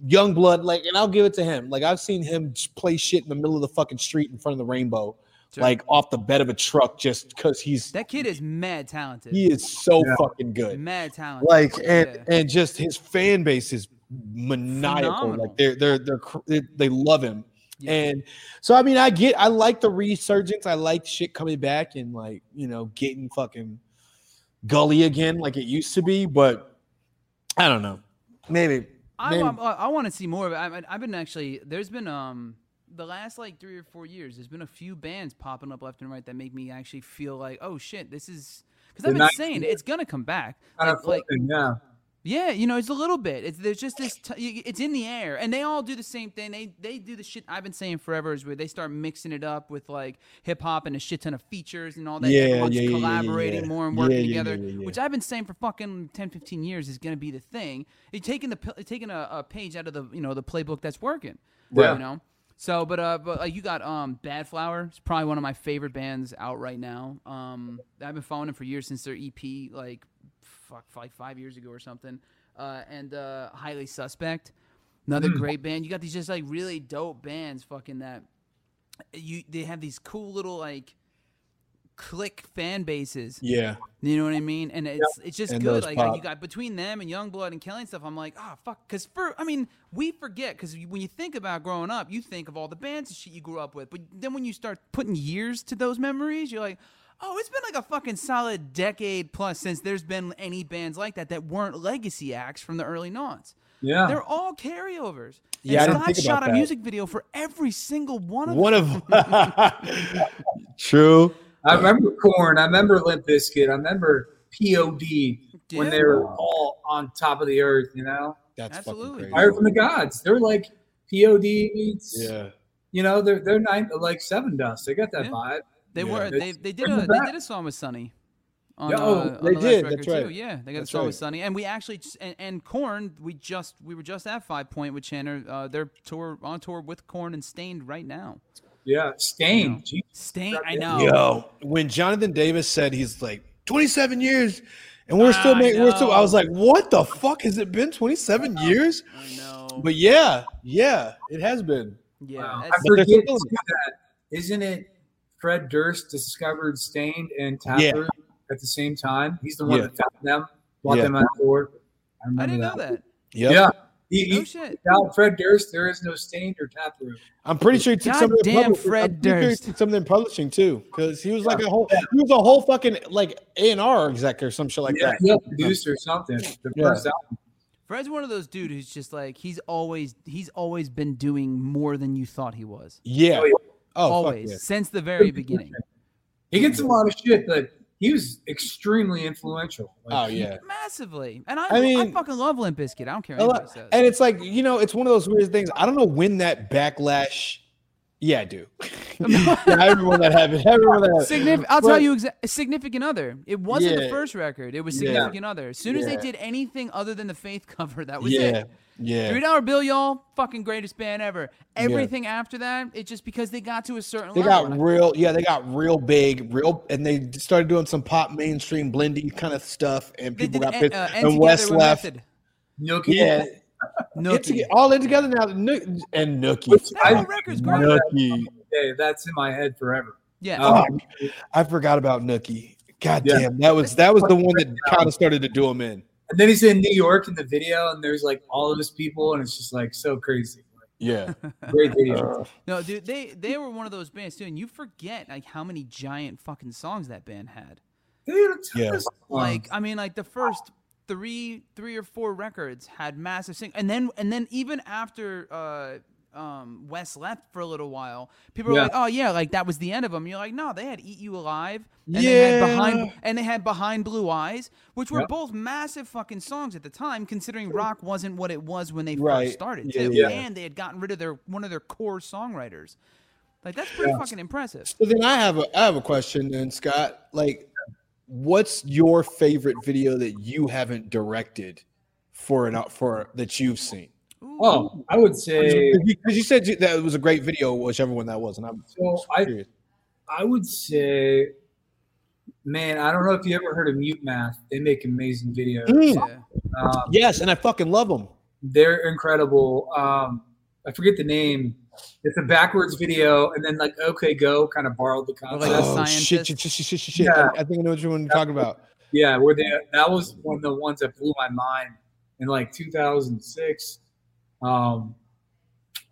A: young blood like, and I'll give it to him. Like I've seen him sh- play shit in the middle of the fucking street in front of the rainbow.
B: Sure.
A: Like off the bed of a truck, just because he's
B: That kid is mad talented.
A: he is so
C: Yeah.
A: fucking good
B: Mad talented.
A: like and
B: Yeah.
A: and just his fan base is maniacal
B: Phenomenal.
A: like they're they're they're cr- they, they love him
B: Yeah.
A: and so i mean i get i like the resurgence i like shit coming back and like you know getting fucking gully again like it used to be but i don't know maybe
B: I,
A: Maybe.
B: wa- I want to see more of it. I, I- I've been actually there's been um the last like three or four years there's been a few bands popping up left and right that make me actually feel like oh shit this is because
C: The
B: I've been
C: night-
B: saying it's gonna come back.
C: Kind of
B: Like- like-
C: flipping, yeah.
B: Yeah, you know it's a little bit. It's there's just this. T- y- it's in the air, and they all do the same thing. They they do the shit I've been saying forever is where they start mixing it up with like hip hop and a shit ton of features and all that.
A: Yeah,
B: Everyone's
A: yeah, yeah, yeah, yeah,
B: collaborating
A: yeah.
B: more and
A: Yeah,
B: working
A: yeah, yeah,
B: together,
A: yeah, yeah.
B: which I've been saying for fucking 10, 15 years is gonna be the thing. You're taking the pil- taking a, a page out of the you know the playbook that's working.
C: Yeah.
B: You know. So, but uh, but like you got um, Bad Flower. It's probably one of my favorite bands out right now. Um, I've been following them for years since their EP, like fuck, like five years ago or something. Uh, and uh, Highly Suspect, another great band. You got these just like really dope bands, fucking that. You they have these cool little like click fan bases.
A: yeah
B: You know what I mean? And it's it's just
A: And
B: good.
A: those
B: Like
A: pop.
B: you got between them and Youngblood and Kelly and stuff. I'm like, ah, fuck. Because for I mean, we forget because when you think about growing up, you think of all the bands and shit you grew up with. But then when you start putting years to those memories, you're like, oh, it's been like a fucking solid decade plus since there's been any bands like that that weren't legacy acts from the early noughts.
C: Yeah.
B: They're all carryovers. And
A: Yeah, I didn't
B: Scott
A: think about
B: shot a
A: that.
B: music video for every single one of them.
A: one of true
C: I remember Corn. I remember Limp Bizkit. I remember POD when
B: Yeah.
C: they were all on top of the earth, you know?
A: that's
B: Absolutely.
A: fucking
C: Fire
A: crazy
C: from the gods. They're like POD meets,
A: yeah
C: you know, they're they're nine like seven dust. They got that
B: Yeah.
C: vibe.
B: They
A: Yeah.
B: were they,
C: It's-
B: they did
C: bring
B: a
C: it
B: they
C: back.
B: did a song with Sonny. On,
C: Yeah, oh,
B: uh, on
A: they
B: the last
A: did,
B: record
A: that's
B: too.
A: right.
B: Yeah, they got
A: That's
B: a song with
A: right.
B: Sonny, and we actually and, and Corn. We just we were just at Five Point with Channer. Uh, they're tour on tour with Corn and Stained right now.
C: Yeah. Stain.
B: Yeah.
C: Jeez.
B: Stained, I
C: Yeah.
B: know.
A: Yo, when Jonathan Davis said he's like 27 years and we're still
B: I
A: making, we're still, I
B: know.
A: was like, what the fuck has it been 27 years?
B: I know.
A: But yeah, yeah, it has been.
B: yeah,
C: Wow. I
B: that's-
A: But they're
C: forget too
A: still-
C: that. Isn't it Fred Durst discovered Stained and Tapper
A: Yeah.
C: at the same time? He's the one
A: Yeah.
C: that found them, bought
A: Yeah.
C: them on tour. I remember
B: I didn't know that.
A: Yep.
C: Yeah. He,
B: No
C: he-
B: shit.
C: without Fred Durst, there is no Stained or Taproot.
A: I'm pretty sure he took some of their
B: Goddamn
A: publishing-
B: Fred
A: I'm pretty sure he
B: Durst.
A: took some of their publishing too, because he was like a whole, he was a whole fucking like A and R exec or some shit like
C: yeah,
A: that.
C: yeah, producer or something. The
A: Yeah.
C: first album.
B: Fred's one of those dude who's just like he's always he's always been doing more than you thought he was.
A: Yeah.
C: Oh, yeah.
A: Oh,
B: always
A: Fuck
B: since the very beginning.
C: He gets a lot of shit, but he was extremely influential.
A: yeah. Oh
C: Like,
A: yeah.
B: Massively, and I,
A: I
B: I,
A: mean-
B: fucking love Limp Bizkit. I don't care
A: A
B: what anybody
A: lot-
B: says.
A: and it's like you know, it's one of those weird things. I don't know when that backlash. Yeah, I do. yeah, everyone that happened. Everyone that happened.
B: Signif- I'll tell
A: But-
B: you, exa- significant other. It wasn't the
A: Yeah.
B: first record. It was
A: Yeah.
B: significant other. As soon as they
D: Yeah.
B: did anything other than the Faith cover, that was
A: Yeah,
B: it.
A: yeah.
B: Three Dollar Bill, y'all, fucking greatest band ever. Everything after that, it's just because they got to a certain
A: They
B: level.
A: got
B: and I-
A: real, yeah. They got real big, real, and they started doing some pop mainstream blending kind of stuff, and
B: they
A: people
B: did
A: got
B: En-
A: pissed.
B: uh, End
A: and
B: Together
A: West
B: with
A: left.
B: Method.
C: Nookie.
A: Yeah,
B: No,
A: get toge- all in together now. Nook- and Nookie,
C: Which
B: that
C: I-
B: whole record's great.
A: Nookie.
C: Hey, that's in my head forever.
B: yeah,
C: Oh,
A: Fuck. I forgot about Nookie. God
C: Yeah.
A: damn, that was that was the one that kind of started to do him in.
C: And then he's in New York in the video, and there's like all of his people, and it's just like so crazy.
A: Yeah,
C: Like, great video.
B: no, dude, they they were one of those bands too, and you forget like how many giant fucking songs that band had.
C: They had a ton
A: Yeah.
C: of songs.
B: like i mean like the first three three or four records had massive sing and then and then even after uh um wes left for a little while people were
C: Yeah.
B: like oh yeah like that was the end of them you're like no they had eat you alive and they had behind
A: Yeah.
B: and they had behind blue eyes which were
C: Yeah.
B: both massive fucking songs at the time considering rock wasn't what it was when they
A: Right.
B: first started
A: Yeah,
B: too
A: yeah.
B: and they had gotten rid of their one of their core songwriters like that's pretty fucking impressive
A: So then I have a I have a question then Scott. Like, what's your favorite video that you haven't directed for an for that you've seen?
B: Ooh.
C: Oh, I would say
A: Because you said you- that it was a great video, whichever one that was, and I'm
C: so. I
A: curious.
C: I would say, man, I don't know if you ever heard of Mute Math. They make amazing videos.
A: Mm,
B: yeah.
C: Um,
A: yes, and I fucking love them.
C: they're incredible. Um, I forget the name. It's a backwards video, and then like OK Go kind of borrowed the
B: Or
C: concept.
B: like a
A: Oh shit!
B: scientist.
A: Shit! Shit! Shit! Shit! shit.
C: Yeah.
A: I, I think I know what you're talking about.
C: Yeah, where they that was one of the ones that blew my mind in like 2006. Um,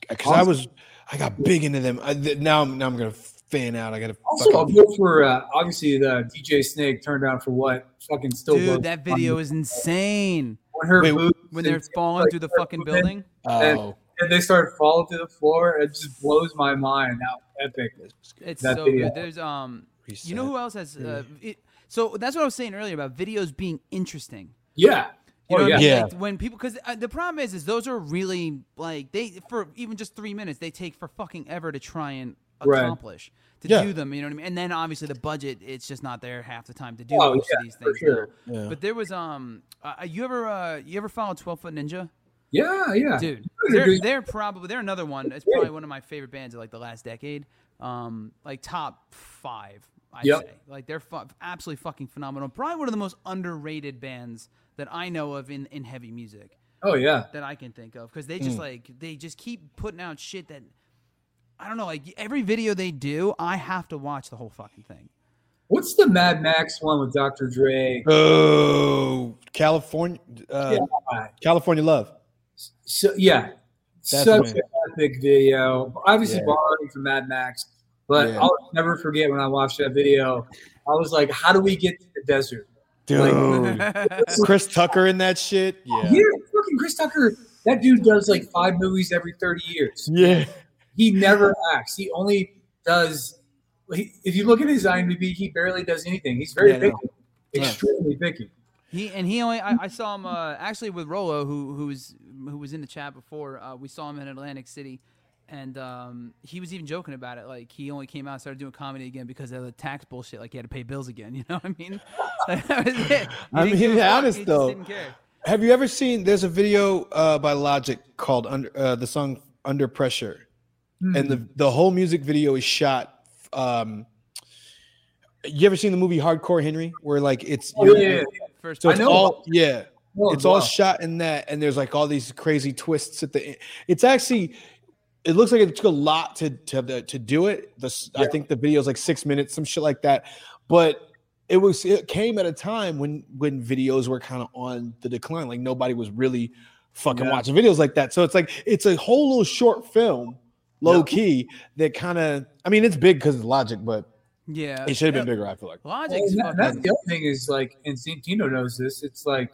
A: Because I was I got big into them. I, th- now I'm now I'm gonna fan out. I gotta
C: also, I'll
A: fucking-
C: go for uh, obviously the DJ Snake turned down for what fucking still blows
B: Dude, that
C: my mind.
B: video is insane.
C: when her
A: Wait,
C: boobs
B: When they're
C: and-
B: falling
C: like,
B: through the
C: her
B: fucking
C: movement,
B: building.
A: oh,
C: and they start falling to the floor. It just blows my mind. How epic!
B: It's
C: That
B: so
C: video.
B: good. There's um you know
A: reset.
B: who else has uh, it, so that's what I was saying earlier about videos being interesting.
C: Yeah.
B: You
C: oh
B: know what I
C: yeah.
B: mean?
A: Yeah.
B: Like, when people cuz uh, the problem is is those are really like they for even just 3 minutes they take for fucking ever to try and
C: Right.
B: accomplish to
A: Yeah.
B: do them, you know what I mean? And then obviously the budget it's just not there half the time to do
C: Oh,
B: most
C: yeah,
B: of these
C: for
B: things. now.
C: sure.
A: yeah.
B: But there was um uh, you ever uh, you ever follow 12 Foot Ninja?
C: Yeah, yeah.
B: dude
C: Those are
B: they're,
C: good-
B: they're probably they're another one it's probably one of my favorite bands of like the last decade um like top five i'd
C: Yep.
B: say like they're fu- absolutely fucking phenomenal probably one of the most underrated bands that i know of in in heavy music
C: Oh yeah.
B: that i can think of because they
C: Mm.
B: just like they just keep putting out shit that i don't know like every video they do i have to watch the whole fucking thing
C: What's the Mad Max one with Dr. Dre?
A: Oh, California, uh,
C: Yeah.
A: California Love.
C: So yeah,
A: That's
C: such
A: amazing.
C: an epic video. Obviously
A: Yeah.
C: borrowing from Mad Max, but
A: Yeah.
C: I'll never forget when I watched that video. I was like, "How do we get to the desert?"
A: Dude, Chris Tucker in that shit.
C: Yeah,
A: Yeah,
C: fucking Chris Tucker. That dude does like five movies every thirty years.
A: yeah.
C: He never acts. He only does. He, if you look at his IMDb, he barely does anything. He's very
A: Yeah, I know.
C: picky, extremely picky.
B: He and he only I, I saw him uh, actually with Rolo who who was who was in the chat before uh, we saw him in Atlantic City, and um, he was even joking about it like he only came out and started doing comedy again because of the tax bullshit like he had to pay bills again you know what I mean like, that was it. He
A: I
B: didn't
A: mean,
B: give a fuck,
A: honest,
B: he just
A: though.
B: didn't care.
A: Have you ever seen? There's a video uh, by Logic called "Under" uh, the song "Under Pressure,"
C: Hmm.
A: and the the whole music video is shot. Um, you ever seen the movie Hardcore Henry, where like it's
C: Oh, yeah, yeah,
B: first
A: so it's
C: I know.
A: all yeah,
C: Oh,
A: it's all
C: wow.
A: shot in that, and there's like all these crazy twists at the. end. It's actually, it looks like it took a lot to to to do it. The s I I
C: Yeah.
A: think the video is like six minutes, some shit like that. But it was it came at a time when when videos were kind of on the decline. Like nobody was really fucking
C: Yeah.
A: watching videos like that. So it's like it's a whole little short film, low
C: Yeah.
A: key. That kind of, I mean, it's big because of logic, but
B: yeah
A: it should have been bigger. I feel like.
B: Logic's
C: Well, that- that's
B: fucking
C: the other thing is like, and Santino knows this. It's like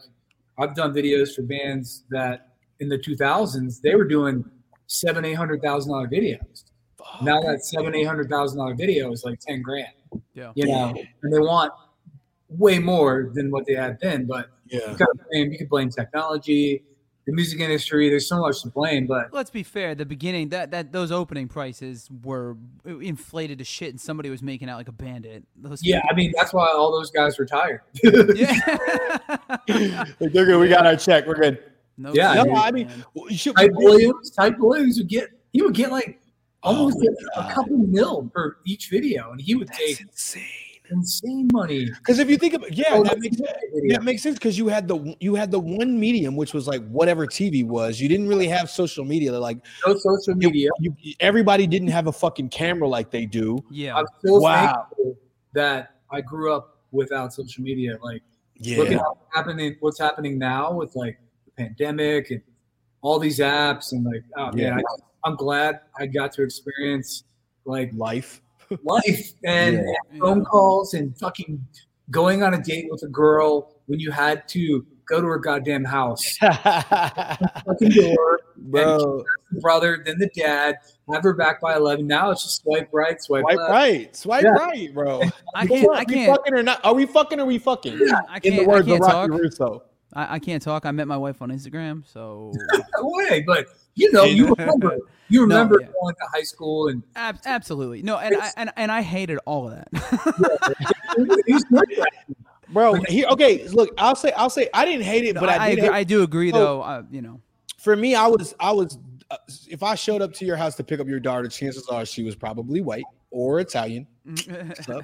C: I've done videos for bands that in the 2000s they were doing seven, eight hundred thousand dollar videos.
B: Oh,
C: Now that seven, eight hundred thousand dollar video is like ten grand.
B: Yeah.
C: You know, and they want way more than what they had then. But
A: Yeah.
C: you could blame, you could blame technology, the music industry. There's so much to blame. But
B: Let's be fair. The beginning that that those opening prices were inflated to shit, and somebody was making out like a bandit. Those
C: yeah, I mean that's why all those guys retired.
B: yeah.
A: Like, they're good. We got our check. We're good.
B: no,
C: Yeah,
A: No,
B: shit,
A: I mean,
B: man.
A: well, you should-
C: Type Williams, Type Williams would get he would get like almost
A: Oh
C: a-
A: my
C: a couple mil per each video, and he would
A: that's
C: take
A: insane.
C: insane money.
A: Because if you think about, yeah,
C: Oh,
A: that makes
C: video.
A: that makes sense. Because you had the you had the one medium, which was like whatever TV was. You didn't really have social media. Like
C: No social
A: you-
C: media.
A: you, everybody didn't have a fucking camera like they do.
B: yeah.
C: I'm so
A: Wow.
C: thankful that I grew up without social media. Like look
A: Yeah,
C: at what's happening, what's happening now with like the pandemic and all these apps and like oh
A: Yeah.
C: man, I, I'm glad I got to experience like
A: life.
C: life and
A: Yeah.
B: Yeah.
C: phone calls and fucking going on a date with a girl when you had to go to her goddamn house, fucking door,
A: Bro,
C: brother, then the dad, have her back by eleven. Now it's just swipe right, swipe,
A: swipe
C: left.
A: right, swipe
C: Yeah.
A: right, bro.
B: I can't. I
A: Are we
B: can't.
A: fucking or not? Are we fucking? Or are we fucking?
B: I
A: In
B: can't.
A: the
B: I
A: words of
B: can't
A: Rocky
B: talk.
A: Russo.
B: I, I can't talk. I met my wife on Instagram, so
C: No way, but you know, you remember, you
B: No,
C: remember
B: yeah.
C: going to high school and
B: Ab- absolutely no. And I and, and I hated all of that.
A: Bro, he, okay. Look, I'll say, I'll say, I didn't hate it, but I,
B: I,
A: did.
B: agree,
A: hate-
B: I do agree,
A: So-
B: though. Uh, you know,
A: for me, I was, I was. Uh, if I showed up to your house to pick up your daughter, chances are she was probably white or Italian. stuff.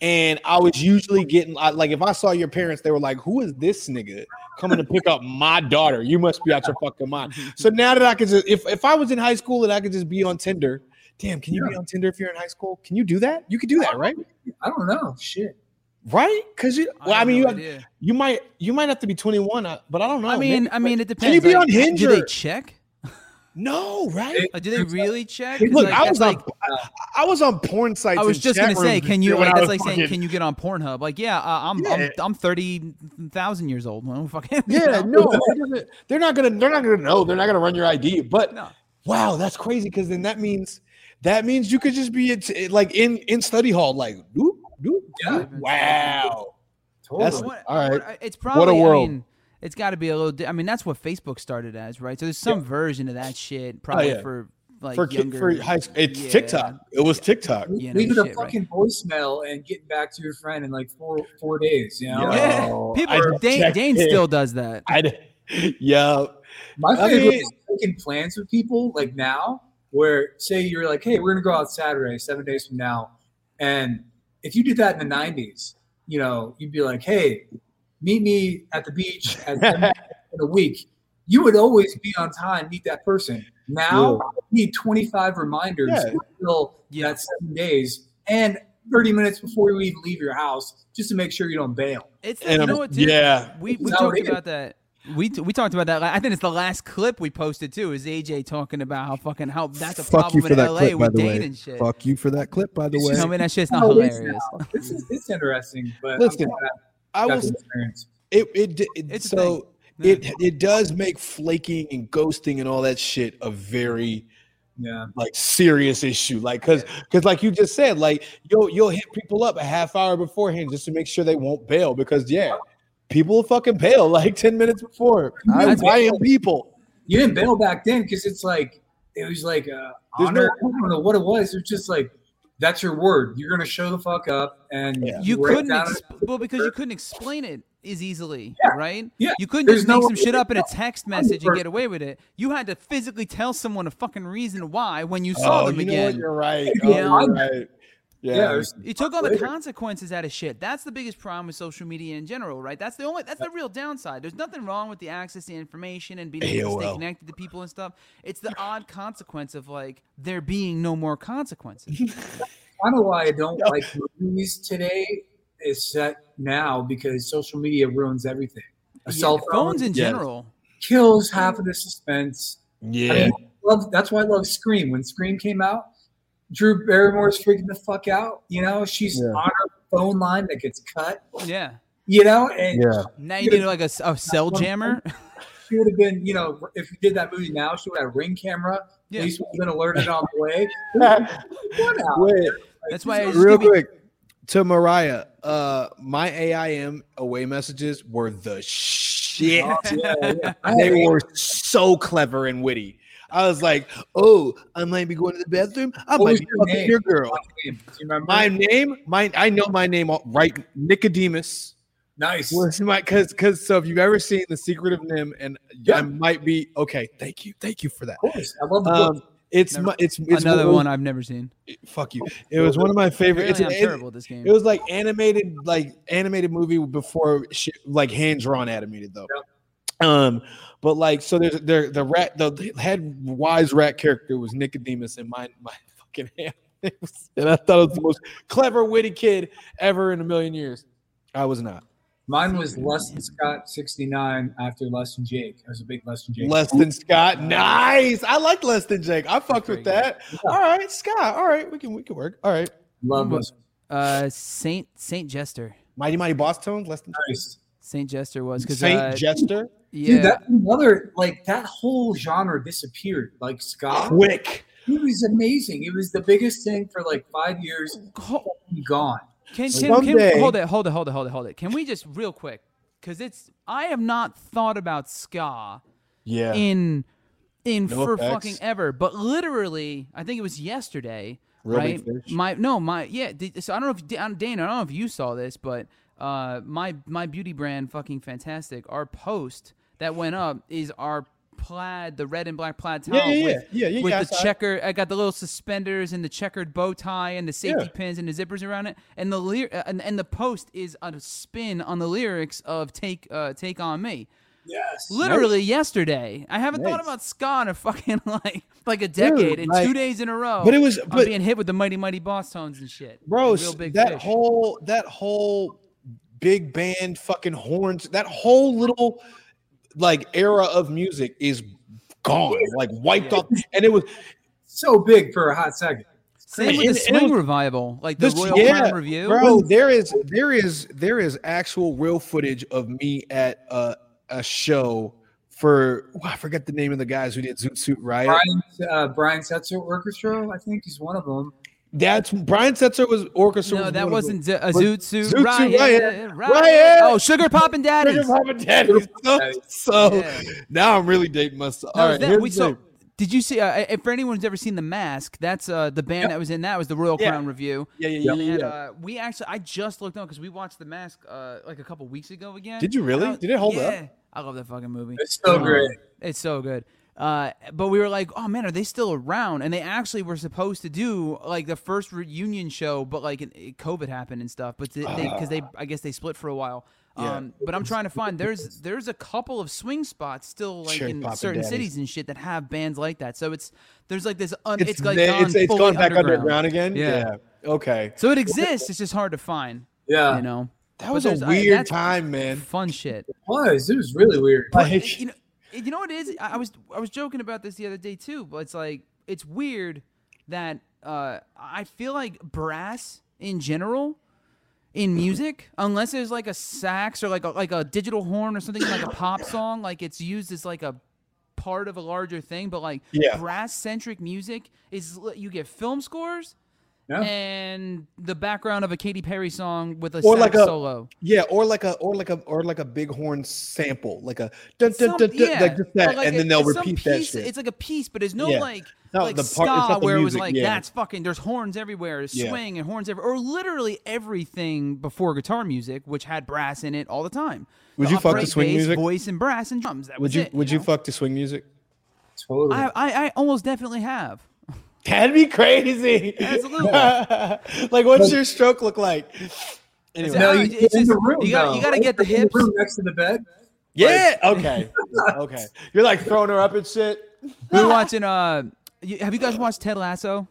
A: And I was usually getting I, like if I saw your parents, they were like, "Who is this nigga coming to pick up my daughter? You must be out your fucking mind." So now that I could just if if I was in high school and I could just be on Tinder, damn, can you be on Tinder if you're in high school? Can you do that? You could do that, right?
C: I don't know, shit.
A: Right? Because you, well, I,
B: have
A: mean,
B: no
A: you, have,
B: idea.
A: you might you might have to be 21, uh, but I don't know.
B: I mean,
A: maybe-
B: I mean, it
A: Can
B: depends.
A: you be
B: like,
A: on Hinge?
B: Do they
A: or-
B: check?
A: no, right?
B: Like, do they really check? 'Cause,
A: Look,
B: like,
A: I
B: that's
A: was
B: like
A: on I, I was on porn sites.
B: I was
A: and
B: just
A: chat
B: gonna say,
A: rooms
B: can you?
A: when
B: Like,
A: I
B: that's
A: was
B: like saying,
A: fucking-
B: can you get on Pornhub? Like, yeah, uh, I'm,
A: Yeah.
B: I'm I'm thirty thousand years old. Well, fucking
A: Yeah,
B: you know?
A: no, it doesn't- they're not gonna. They're not gonna know. They're not gonna run your ID. But
B: No.
A: wow, that's crazy. Because then that means that means you could just be at, like in in study hall, like doop doop.
C: Yeah.
A: doop. Wow,
C: Totally.
A: that's
B: What-
A: all right.
B: What- It's probably. What a
A: world.
B: I mean, it's got to be a little. Di- I mean, that's what Facebook started as, right? So there's some version of that shit, probably
A: Oh, yeah.
B: for like
A: for kid
B: younger.
A: for high school, it's
B: yeah.
A: TikTok. It was TikTok.
C: Le-
B: you know,
C: leaving
B: shit,
C: a
B: right?
C: fucking voicemail and getting back to your friend in like four four days. You know,
B: Yeah.
A: Oh, I
B: People, Dane,
A: checked
B: Dane
A: it.
B: still does that.
A: I d- yeah.
C: my
A: I
C: favorite
A: mean-
C: is making plans with people like now, where say you're like, hey, we're gonna go out Saturday, seven days from now, and if you did that in the '90s, you know, you'd be like, hey, meet me at the beach at 7 in a week. You would always be on time, meet that person. Now you need 25 reminders
A: Yeah.
C: until
B: Yeah.
C: that seven days and 30 minutes before you even leave your house just to make sure you don't bail.
B: It's
A: And
B: you
A: I'm-
B: know what, dude?
A: yeah.
B: we we
C: That's how it
B: talked
C: is.
B: about that. We, t- we talked about that. la- I think it's the last clip we posted too. Is AJ talking about how fucking how that's a problem in LA with Dane and shit.
A: Fuck you for that clip, by the
C: It's
A: way.
C: just-
B: Tell me that shit's not
C: Oh, it is
B: hilarious.
C: now. This is it's interesting, but
A: Listen, I
C: I
A: will.
C: was experience.
A: It it, d- it
B: It's a
A: so.
B: Yeah.
A: it it does make flaking and ghosting and all that shit a very
C: Yeah,
A: like serious issue like because because like you just said like you'll you'll hit people up a half hour beforehand just to make sure they won't bail because yeah people fucking bail like 10 minutes before i'm
C: That's-
A: buying people
C: you didn't bail back then because it's like it was like uh,
A: There's no-
C: honor. I don't know what it was. It was just like that's your word. You're gonna show the fuck up, and
A: Yeah.
B: you
C: write
B: couldn't
C: down-
B: ex- well because you couldn't explain it as easily,
C: Yeah.
B: right?
C: Yeah.
B: You couldn't
C: There's
B: just
C: no
B: make
C: way
B: some
C: to
B: shit
C: get
B: up in a
C: out.
B: text
C: I'm the
B: message and
C: first-
B: get away with it. You had to physically tell someone a fucking reason why when you saw
A: oh
B: them
A: you know what
B: again.
A: you're right
C: Yeah.
A: oh, you're right
C: yeah,
A: yeah,
C: there's-
B: You took all the
C: Later.
B: consequences out of shit. That's the biggest problem with social media in general, right? That's the only that's the real downside. There's nothing wrong with the access to information and being able to stay
A: AOL.
B: connected to people and stuff. It's the odd consequence of like there being no more consequences.
C: kind of why I don't like movies today is set now because social media ruins everything. A cell
B: Yeah,
C: phone
B: phones in
A: yes.
B: general.
C: kills half of the suspense.
A: yeah.
C: I mean, love, that's why I love Scream. When Scream came out, Drew Barrymore's freaking the fuck out. You know, she's
A: Yeah.
C: on her phone line that gets cut.
B: Yeah.
C: You know, and
A: Yeah.
B: Now you need like a, s- a cell jammer.
C: she would have been, you know, if we did that movie now, she would have a ring camera.
B: Yeah.
C: Police would have been alerted on the way. What out
A: Wait,
C: there?
B: That's why I just
A: real
B: give me-
A: quick to Mariah. Uh, my AIM away messages were the shit.
C: Oh, yeah, yeah.
A: They were so clever and witty. I was like, "Oh, I might be going to the bathroom. I
C: What
A: might
C: was
A: be
C: your
A: fucking
C: name?
A: your girl."
C: Do you remember?
A: My name, my I know my name all right. Nicodemus
C: nice.
A: was my because because so if you've ever seen The Secret of Nim, and
C: Yeah.
A: I might be okay. Thank you, thank you for that.
C: Of course. I love the book.
A: Um, it's
B: Never-
A: my, it's it's
B: Another
A: one-
B: one I've never seen.
A: Fuck you. It was one of my favorite. It's,
B: Apparently, I'm
A: it-
B: terrible at this game.
A: it was like animated, like animated movie before shit, like hand drawn animated though. Um, but like so, there's there the rat, the head wise rat character was Nicodemus, and my my fucking hand. It was- and I thought it was the most clever, witty kid ever in a million years. I was not
C: Mine was Less Than Scott 69 after Less Than Jake. I was a big Less Than Jake.
A: less than Scott. Nice. I like less than Jake. I fucked with
B: pretty
A: that. All right, Scott. All right, we can we can work. All right,
C: Love was
B: Uh, Saint Saint Jester.
A: mighty mighty boss tones. Less than
C: nice.
B: Saint Jester was because
A: Saint
B: uh,
A: Jester.
B: yeah,
C: Dude, that's another, like, that whole genre disappeared. Like, Scott,
A: Quick.
C: he was amazing. It was the biggest thing for like five years.
B: Ho-
C: Gone.
B: Can, can,
A: Someday-
B: can hold it, hold it, hold it, hold it, hold it. Can we just real quick? Because it's I have not thought about ska
A: Yeah.
B: in in
A: No
B: for
A: effects.
B: fucking ever, but literally, I think it was yesterday.
A: Real
B: right?
A: big fish.
B: My no, my yeah. Did, so I don't know if Dan, Dan, I don't know if you saw this, but uh, my my beauty brand, fucking fantastic. Our post that went up is our plaid, the red and black plaid towel
A: Yeah, yeah,
B: with
A: yeah, yeah. You
B: with
A: got
B: the
A: that.
B: checker. I got the little suspenders and the checkered bow tie and the safety
A: Yeah.
B: pins and the zippers around it. And the lyr- uh, and, and the post is a spin on the lyrics of "Take uh, Take on Me."
C: Yes.
B: Literally yesterday, I haven't thought
A: Nice.
B: about ska in a fucking like like a decade and
A: like-
B: two days in a row.
A: but it was-
B: I'm
A: but-
B: being hit with the mighty mighty boss tones and shit,
A: bro
B: And real big
A: that
B: fish.
A: whole that whole big band fucking horns that whole little like era of music is gone like wiped off and it was
C: So big for a hot second.
B: same with
A: and-
B: the
A: and it
B: swing
A: was-
B: revival, like the
A: this
B: Royal
A: yeah
B: Crime Review.
A: bro there is there is there is actual real footage of me at a, a show for oh, i forget the name of the guys who did zoot suit riot
C: Brian, uh, Brian Setzer Orchestra, I think he's one of them.
A: that's brian setzer was orchestra
B: no,
A: was
B: that
A: one of them.
B: wasn't Z- a
A: But
B: Zoot Suit
A: Zoot Suit
B: Riot,
A: Riot,
B: uh,
A: Riot.
B: Oh, Sugar Poppin' Daddies.
A: Sugar Papa Daddies. So, so
B: Yeah.
A: now I'm really dating myself.
B: No,
A: All
B: is
A: right,
B: that-
A: here's
B: we
A: the
B: saw-
A: thing.
B: Did you see? Uh, if for anyone who's ever seen The Mask, that's uh, the band that was in that was the Royal
A: Yeah.
B: Crown Review.
A: yeah, yeah, yeah.
B: And
A: yeah.
B: uh, we actually, I just looked on because we watched The Mask uh, like a couple weeks ago again.
A: Did you really?
B: And I-
A: Did it hold up?
B: yeah. I love that fucking movie.
C: It's so
B: Um,
C: great.
B: It's so good. Uh, but we were like, oh man, are they still around? And they actually were supposed to do like the first reunion show, but like it- COVID happened and stuff. But because they, 'cause they, I guess they split for a while.
A: Ah. Yeah.
B: Um, but I'm trying to find there's there's a couple of swing spots still like
A: Sure,
B: in
A: Papa
B: certain
A: Daddies.
B: cities and shit that have bands like that. So it's there's like this un, it's,
A: it's it's,
B: like
A: it's,
B: gone
A: it's
B: fully
A: gone back underground,
B: underground.
A: again.
B: Yeah.
A: Yeah. Okay.
B: So it exists. It's just hard to find.
C: Yeah,
B: You know,
A: That
B: But
A: was a
B: there's- I-
A: weird
B: that's
A: time, man.
B: fun shit.
C: it was. It was really weird.
A: Like,
B: you know, you know what it is? I I was I was joking about this the other day too, but it's like it's weird that uh, I feel like brass in general in music, unless there's like a sax or like a, like a digital horn or something like a pop song, like it's used as like a part of a larger thing. But like
A: Yeah.
B: brass centric music is li- you get film scores.
C: Yeah.
B: And the background of a Katy Perry song with a
A: Or
B: sax
A: like a-
B: solo.
A: yeah, or like a or like a or like a bighorn sample, like a dun, dun,
B: Some-
A: dun, dun,
B: yeah.
A: like just that,
B: Or like
A: and
B: a-
A: then they'll
B: it's some
A: repeat that
B: piece-
A: shit.
B: It's like a piece, but it's no
A: Yeah.
B: like
A: not
B: like
A: the part- it's
B: ska
A: not the
B: where it was
A: music,
B: like
A: yeah.
B: that's fucking. There's horns everywhere, there's
A: Yeah.
B: swing and horns everywhere, or literally everything before guitar music, which had brass in it all the time.
A: Would
B: The
A: you fuck
B: upright
A: the swing
B: bass,
A: music?
B: Voice and brass and drums. That
A: would
B: was
A: you
B: it,
A: would you
B: know?
A: fuck to swing music?
C: Totally.
B: I, I I almost definitely have.
A: That'd be crazy.
B: Absolutely.
A: like, what's your stroke look like? Anyway.
C: no,
B: Uh,
C: you
B: it's
C: get in
B: just-
C: the room.
B: you gotta-
C: though.
B: you gotta get the
C: In
B: hips.
C: room next to the bed.
A: Yeah. Okay. okay. You're like throwing her up and shit.
B: We were watching. Uh, you, have you guys watched Ted Lasso?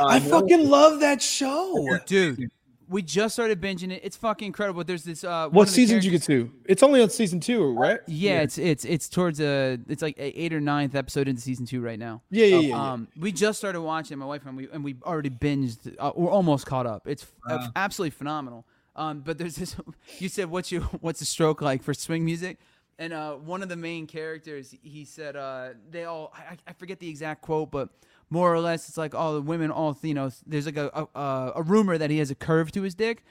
C: Uh,
A: I
C: no,
A: fucking love that show.
B: Dude, we just started binging it. It's fucking incredible. There's this. Uh, one
A: What
B: of the
A: season did you
B: characters-
A: get to? It's only on season two, right?
B: Yeah, it's it's it's towards a it's like a eight or ninth episode into season two right now.
A: Yeah, yeah, yeah. yeah.
B: Um, we just started watching it, my wife and we, and we already binged. Uh, we're almost caught up. It's f uh, absolutely phenomenal. Um, but there's this. You said what's your what's the stroke like for swing music? and uh, one of the main characters, he said, uh, they all, I, I forget the exact quote, but more or less, it's like all the women, all you know, there's like a a, a rumor that he has a curve to his dick,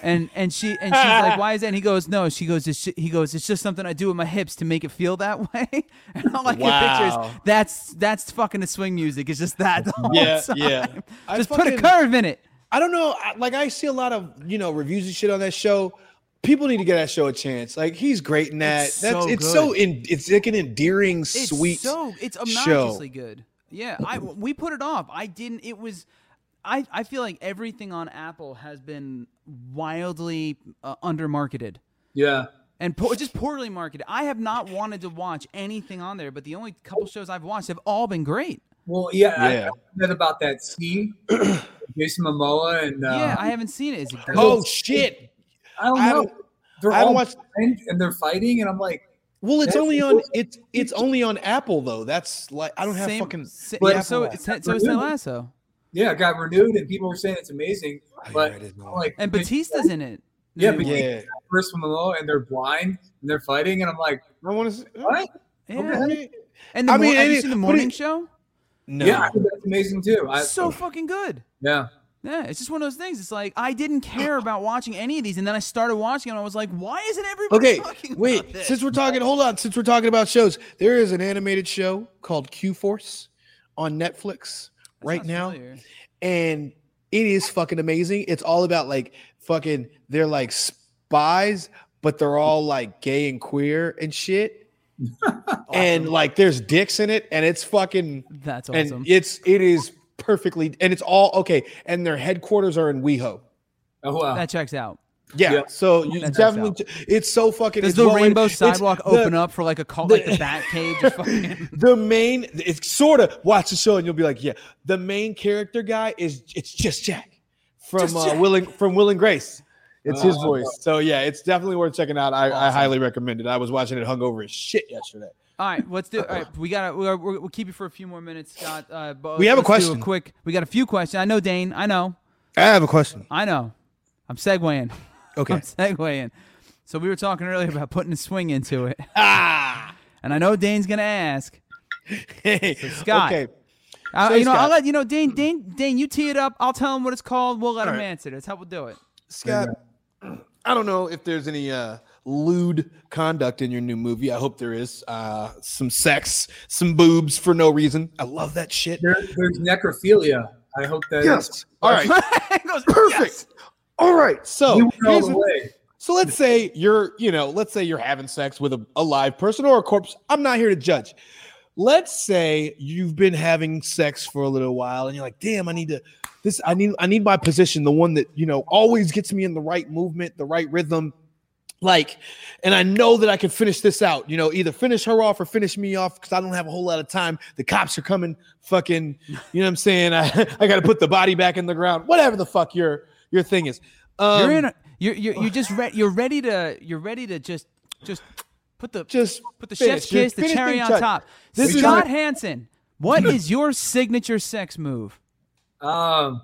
B: and and she and she's like, why is that? And he goes, no, she goes, it's ju- he goes, it's just something I do with my hips to make it feel that way. and all I can picture
A: Wow.
B: is that's that's fucking the swing music. It's just that. The whole
A: Yeah,
B: time.
A: yeah. I
B: Just put a
A: fucking-
B: curve in it.
A: I don't know. I- Like I see a lot of you know reviews and shit on that show. People need to give that show a chance. Like he's great in that.
B: It's
A: That's
B: so
A: it's
B: good.
A: so in, it's like an endearing,
B: It's
A: sweet.
B: so it's
A: show.
B: obnoxiously good. Yeah, I we put it off. I didn't. It was. I I feel like everything on Apple has been wildly uh, undermarketed
C: Yeah.
B: and po- just poorly marketed. I have not wanted to watch anything on there, but the only couple shows I've watched have all been great.
C: Well, yeah. I-
A: Yeah.
C: I read about that scene, Jason Momoa, and uh,
B: yeah, I haven't seen it. Is it good?
A: oh shit!
C: I don't
A: I
C: know.
A: haven't-
C: They're
A: I haven't
C: all
A: watched-
C: blind and they're fighting, and I'm like,
A: Well, it's
C: That's-
A: only on it's it's only on Apple though. That's like I don't have
B: Same-
A: fucking.
B: sa-
A: But-
B: yeah, so it's so it's Ted Lasso
C: yeah, it got renewed, and people were saying it's amazing.
A: I
C: But
A: read his
C: I'm
A: name.
C: like,
B: and
C: they-
B: Batista's in it. the
C: Yeah,
B: new
C: but-
B: one.
A: yeah,
C: Chris Momoa, and they're blind and they're fighting, and I'm like,
A: I want to. see.
B: oh,
C: what?
B: yeah. And the
A: I
B: mor-
A: mean,
B: have
A: it
B: you
A: is-
B: seen the
A: but it-
B: morning show?
A: No.
C: Yeah, I think that's amazing too. I,
A: uh,
B: so fucking good.
C: yeah,
B: Yeah, it's just one of those things. It's like I didn't care about watching any of these, and then I started watching, and I was like, "Why isn't everybody
A: Okay,
B: talking about
A: wait.
B: this?"
A: Since we're talking, hold on. Since we're talking about shows, there is an animated show called Q Force on Netflix
B: That
A: right
B: sounds
A: now,
B: familiar.
A: and it is fucking amazing. It's all about like fucking. They're like spies, but they're all like gay and queer and shit. And like, there's dicks in it, and it's fucking.
B: That's
A: and
B: awesome.
A: it's it is perfectly, and it's all okay. And their headquarters are in WeHo.
C: oh wow,
B: that checks out.
A: Yeah,
C: Yeah.
A: so you
B: That checks
A: definitely. It's so fucking.
B: Does
A: it's
B: the
A: well-
B: rainbow
A: it's-
B: sidewalk
A: the-
B: open up for like a cult, like the bat cave? Just fucking
A: the main it's sort of watch the show and you'll be like yeah the main character guy is it's just jack from
B: Just
A: uh
B: Jack.
A: will and from will and grace it's his
C: Oh.
A: voice so yeah it's definitely worth checking out i, I
B: Awesome.
A: highly recommend it i was watching it hungover as shit yesterday
B: All right, let's do. All right, we gotta. We're, we're, we'll keep you for a few more minutes, Scott. Uh, but
A: We have a
B: let's do
A: question.
B: quick. We got a few questions. I know, Dane. I know.
A: i have a question
B: I know. I'm segueing. I'm
A: okay
B: segueing. So we were talking earlier about putting a swing into it,
A: ah
B: and I know Dane's gonna ask.
A: hey
B: Scott.
A: okay
B: I,
A: Say,
B: you know, I'll
A: Scott.
B: let you know, Dane. Dane, Dane, you tee it up. I'll tell him what it's called. We'll let
A: All
B: him
A: right.
B: answer. That's how we'll do it.
A: scott i don't know if there's any uh lewd conduct in your new movie i hope there is uh some sex some boobs for no reason i love that shit
C: there, there's necrophilia. I hope that
A: yes all right
B: He goes,
A: Perfect.
B: "Yes."
A: All right. So
C: we went all
A: here's
C: the
A: the-
C: way.
A: so let's say you're, you know, let's say you're having sex with a, a live person or a corpse. I'm not here to judge. Let's say you've been having sex for a little while and you're like, damn, I need to this I need I need my position, the one that you know always gets me in the right movement, the right rhythm. Like, and I know that I can finish this out, you know, either finish her off or finish me off because I don't have a whole lot of time. The cops are coming, fucking, you know what I'm saying? I, I gotta put the body back in the ground, whatever the fuck your your thing is. Um,
B: You're in. A, you're you're, you're just re- you're ready to you're ready to just just put the
A: just
B: put the
A: finish.
B: chef's
A: You're
B: kiss, the cherry
A: finishing
B: on
A: touch.
B: top.
A: This is
B: Scott
A: not-
B: Hansen, what is your signature sex move?
C: Um,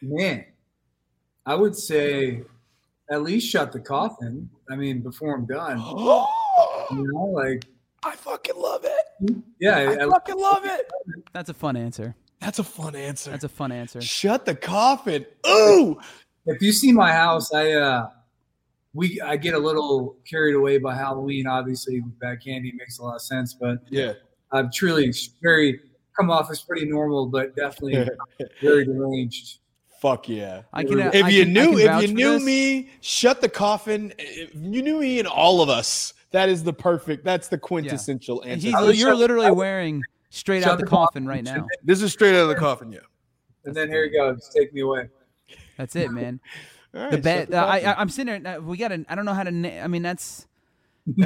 C: man, I would say at least shut the coffin. I mean, before I'm done, you know, like
A: I fucking love it.
C: yeah,
A: I
C: at-
A: fucking love it.
B: That's a fun answer.
A: That's a fun answer.
B: That's a fun answer.
A: Shut the coffin. Ooh.
C: if you see my house, I uh, we I get a little carried away by Halloween. Obviously, with bad candy it makes a lot of sense, but
A: Yeah.
C: I'm truly very come off as pretty normal, but definitely very deranged.
A: Fuck yeah.
B: I can. uh,
A: If
B: I
A: you
B: can- I
A: knew,
B: can
A: if
B: vouch
A: you
B: for
A: knew
B: this.
A: me, shut the coffin. If you knew me and all of us. That is the perfect. That's the quintessential
B: And
A: answer.
B: he's,
C: I would
B: you're
C: shut-
B: literally
C: I would-
B: wearing straight
C: shut
B: out the
C: the coffin.
B: coffin right now.
A: this is straight out of the coffin. Yeah.
C: And then here you go, just take me away.
B: That's it, man.
A: All right,
B: The
A: shut
B: bed. I,
A: coffin.
B: I, I'm sitting there. uh, We got to. I don't know how to. Na- I mean, that's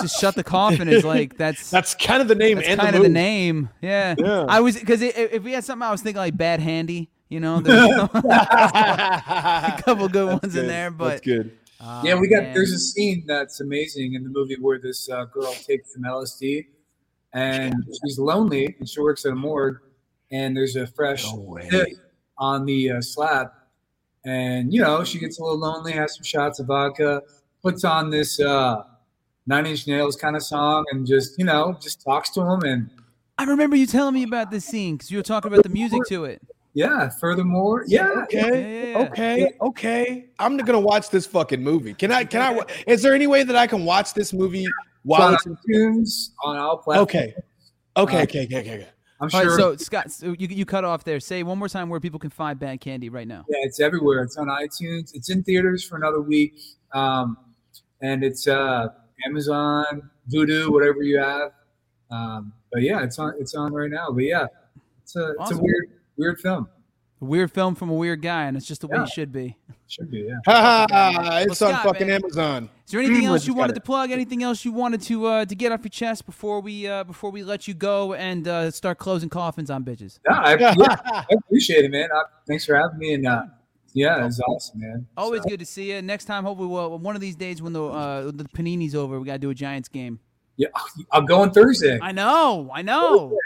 B: just shut the coffin is like that's
A: that's kind of the name
B: that's
A: and
B: kind
A: the,
B: of the
A: move.
B: name. Yeah.
A: Yeah.
B: I was because if we had something, I was thinking like bad handy. You know, there's a couple good
A: That's
B: ones in
A: good.
B: there,
A: that's
B: but
A: good.
B: Ah,
C: Yeah, we got.
B: man.
C: There's a scene that's amazing in the movie where this uh, girl takes some LSD, and she's lonely, and she works at a morgue, and there's a fresh
D: No way.
C: tip on the uh, slab, and you know she gets a little lonely, has some shots of vodka, puts on this uh, Nine Inch Nails kind of song, and just you know, just talks to him. And
B: I remember you telling me about this scene because you were talking about the music to it.
C: yeah, furthermore, yeah,
A: Okay,
B: Yeah.
A: okay, okay. I'm not gonna watch this fucking movie. Can I? Can I? wa- Is there any way that I can watch this movie
C: it's
A: while
C: on
A: it's
C: iTunes on all platforms.
A: okay? Okay, okay, okay, okay. okay.
C: I'm
B: All
C: sure.
B: right, so Scott, so you, you cut off there. Say one more time where people can find Bad Candy right now.
C: Yeah, it's everywhere. It's on iTunes. It's in theaters for another week, um, and it's uh, Amazon, Vudu, whatever you have. Um, but yeah, it's on. It's on right now. But yeah, it's a it's
B: Awesome.
C: a weird weird film.
B: A weird film from a weird guy, and it's just the way
C: Yeah.
B: it should be.
C: Should be yeah.
A: Ha ha! It's
B: Well,
A: on
B: Scott,
A: fucking
B: man.
A: Amazon.
B: Is there anything
A: Mm,
B: else
A: let's
B: you
A: cut
B: wanted
A: it.
B: to plug? Anything else you wanted to uh, to get off your chest before we uh, before we let you go and uh, start closing coffins on bitches?
C: No, I, yeah, I appreciate it, man. I, thanks for having me, and uh, yeah, it's awesome, man.
B: Always good to see you. Next time, hopefully, we'll, one of these days when the uh, the panini's over, we gotta do a Giants game.
C: Yeah, I'm going Thursday.
B: I know, I know.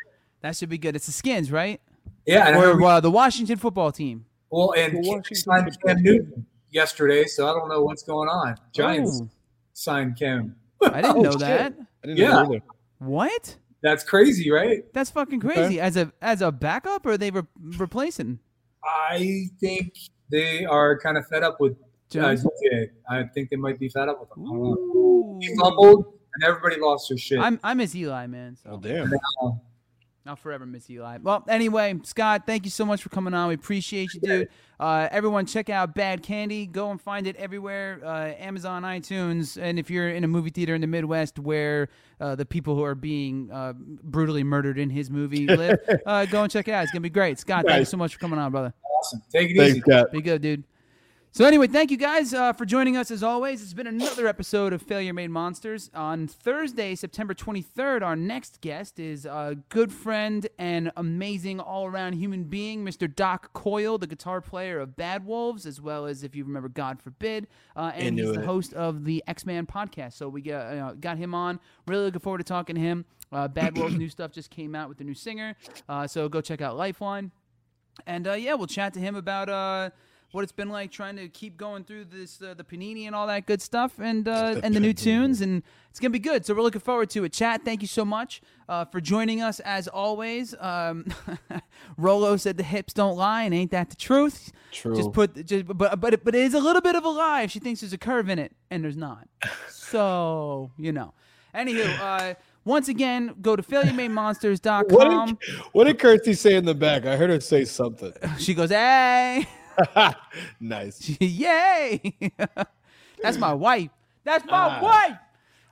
B: That should be good. It's the Skins, right?
C: Yeah, and I heard
B: Or
C: we-
B: uh, the Washington football team.
C: well, and
A: Well,
C: Cam signed Cam Newton yesterday, so I don't know what's going on. Giants
B: Ooh,
C: signed Cam.
B: I didn't
A: Oh,
B: know
A: shit.
B: that.
A: I didn't know
C: Yeah.
A: either.
B: What?
C: That's crazy, right?
B: That's fucking crazy. As a as a backup, or are they re- replacing
C: I think they are kind of fed up with uh,
B: Jones?
C: DJ. I think they might be fed up with him. I don't know.
B: Ooh.
C: He fumbled, and everybody lost their shit.
B: I'm, I miss Eli, man. So.
A: Oh damn!
B: I'll forever miss Eli. Well, anyway, Scott, thank you so much for coming on. We appreciate you, dude. Uh, everyone, check out Bad Candy. Go and find it everywhere uh, Amazon, iTunes. And if you're in a movie theater in the Midwest where uh, the people who are being uh, brutally murdered in his movie live, uh, go and check it out. It's going to be great. Scott, thank you
A: Right.
B: so much for coming on, brother.
C: awesome. Take it
A: Thanks,
C: easy.
A: Scott.
B: Be good, dude. So anyway, thank you guys uh, for joining us as always. It's been another episode of Failure Made Monsters. On Thursday, September 23rd, our next guest is a good friend and amazing all-around human being, Mr. Doc Coyle, the guitar player of Bad Wolves, as well as, if you remember, God Forbid, uh, and he's
A: Into
B: the
A: it.
B: host of the X-Man podcast. So we got, uh, got him on. Really looking forward to talking to him. Uh, Bad Wolves' new stuff just came out with the new singer, uh, so go check out Lifeline. And uh, yeah, we'll chat to him about uh, what it's been like trying to keep going through this uh, the panini and all that good stuff, and uh, and the new tunes, and it's gonna be good. So we're looking forward to it. Chat, thank you so much uh, for joining us as always. Um, Rolo said the hips don't lie, and ain't that the truth?
A: True.
B: Just put, just, but but it, but it is a little bit of a lie if she thinks there's a curve in it, and there's not. So you know. Anywho, uh, once again, go to failuremademonsters.com.
A: What did, what did Kirsty say in the back? I heard her say something.
B: She goes, hey.
A: nice.
B: Yay! That's my wife. That's my
A: Ah.
B: wife.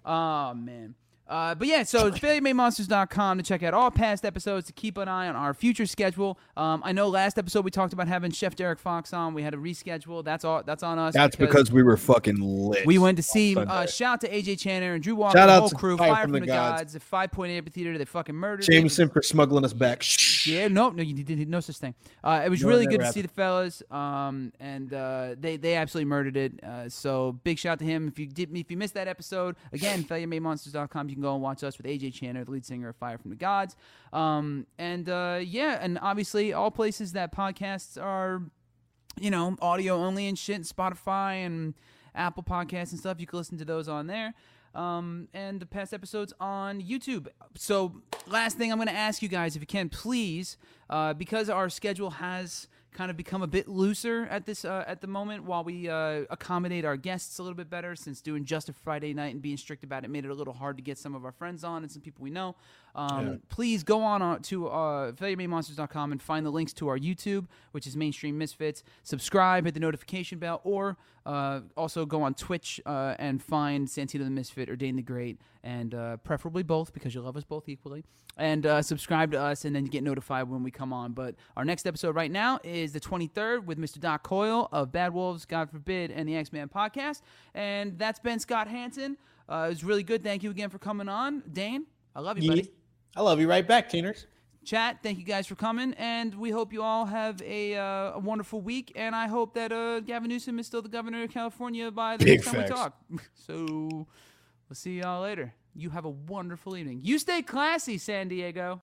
B: Oh man. Uh, but yeah, so it's failuremademonsters.com to check out all past episodes to keep an eye on our future schedule. Um, I know last episode we talked about having Chef Derek Fox on. We had to reschedule. That's all. That's on us.
A: That's because we were fucking lit.
B: we went to see.
A: Sunday.
B: Uh, shout out to AJ Channer and Drew Walker,
A: Shout
B: the
A: out
B: whole
A: to
B: crew,
A: Fire
B: Fire from the, Gods, the Five Point Amphitheater. They fucking murdered. They
A: Jameson for smuggling us back. Shh.
B: yeah, no, no, you did no such thing. Uh, it was
A: No,
B: really
A: that
B: good to
A: happened.
B: see the fellas, um, and uh, they they absolutely murdered it. Uh, so big shout out to him. If you did, if you missed that episode, again, failuremademonsters.com. You can go and watch us with AJ Channer, the lead singer of Fire from the Gods, um, and uh, yeah, and obviously all places that podcasts are you know, audio only and shit, Spotify and Apple Podcasts and stuff. You can listen to those on there. Um, and the past episodes on YouTube. So, last thing I'm going to ask you guys, if you can, please, uh, because our schedule has kind of become a bit looser at this uh, at the moment, while we uh, accommodate our guests a little bit better, since doing just a Friday night and being strict about it made it a little hard to get some of our friends on and some people we know. Um, Please go on uh, to uh, failuremademonsters.com and find the links to our YouTube, which is Mainstream Misfits. Subscribe, hit the notification bell, or uh, also go on Twitch uh, and find Santino the Misfit or Dane the Great, and uh, preferably both because you love us both equally. And uh, subscribe to us, and then you get notified when we come on. But our next episode right now is the 23rd with Mr. Doc Coyle of Bad Wolves, God Forbid, and the X Man podcast. And that's been Scott Hansen. Uh, it was really good. Thank you again for coming on, Dane. I love you, buddy
A: I love you right back, teeners.
B: chat thank you guys for coming and we hope you all have a, uh, a wonderful week and i hope that uh, gavin newsom is still the governor of california by the
A: Big
B: next time we
A: facts.
B: talk so we'll see y'all later you have a wonderful evening you stay classy san diego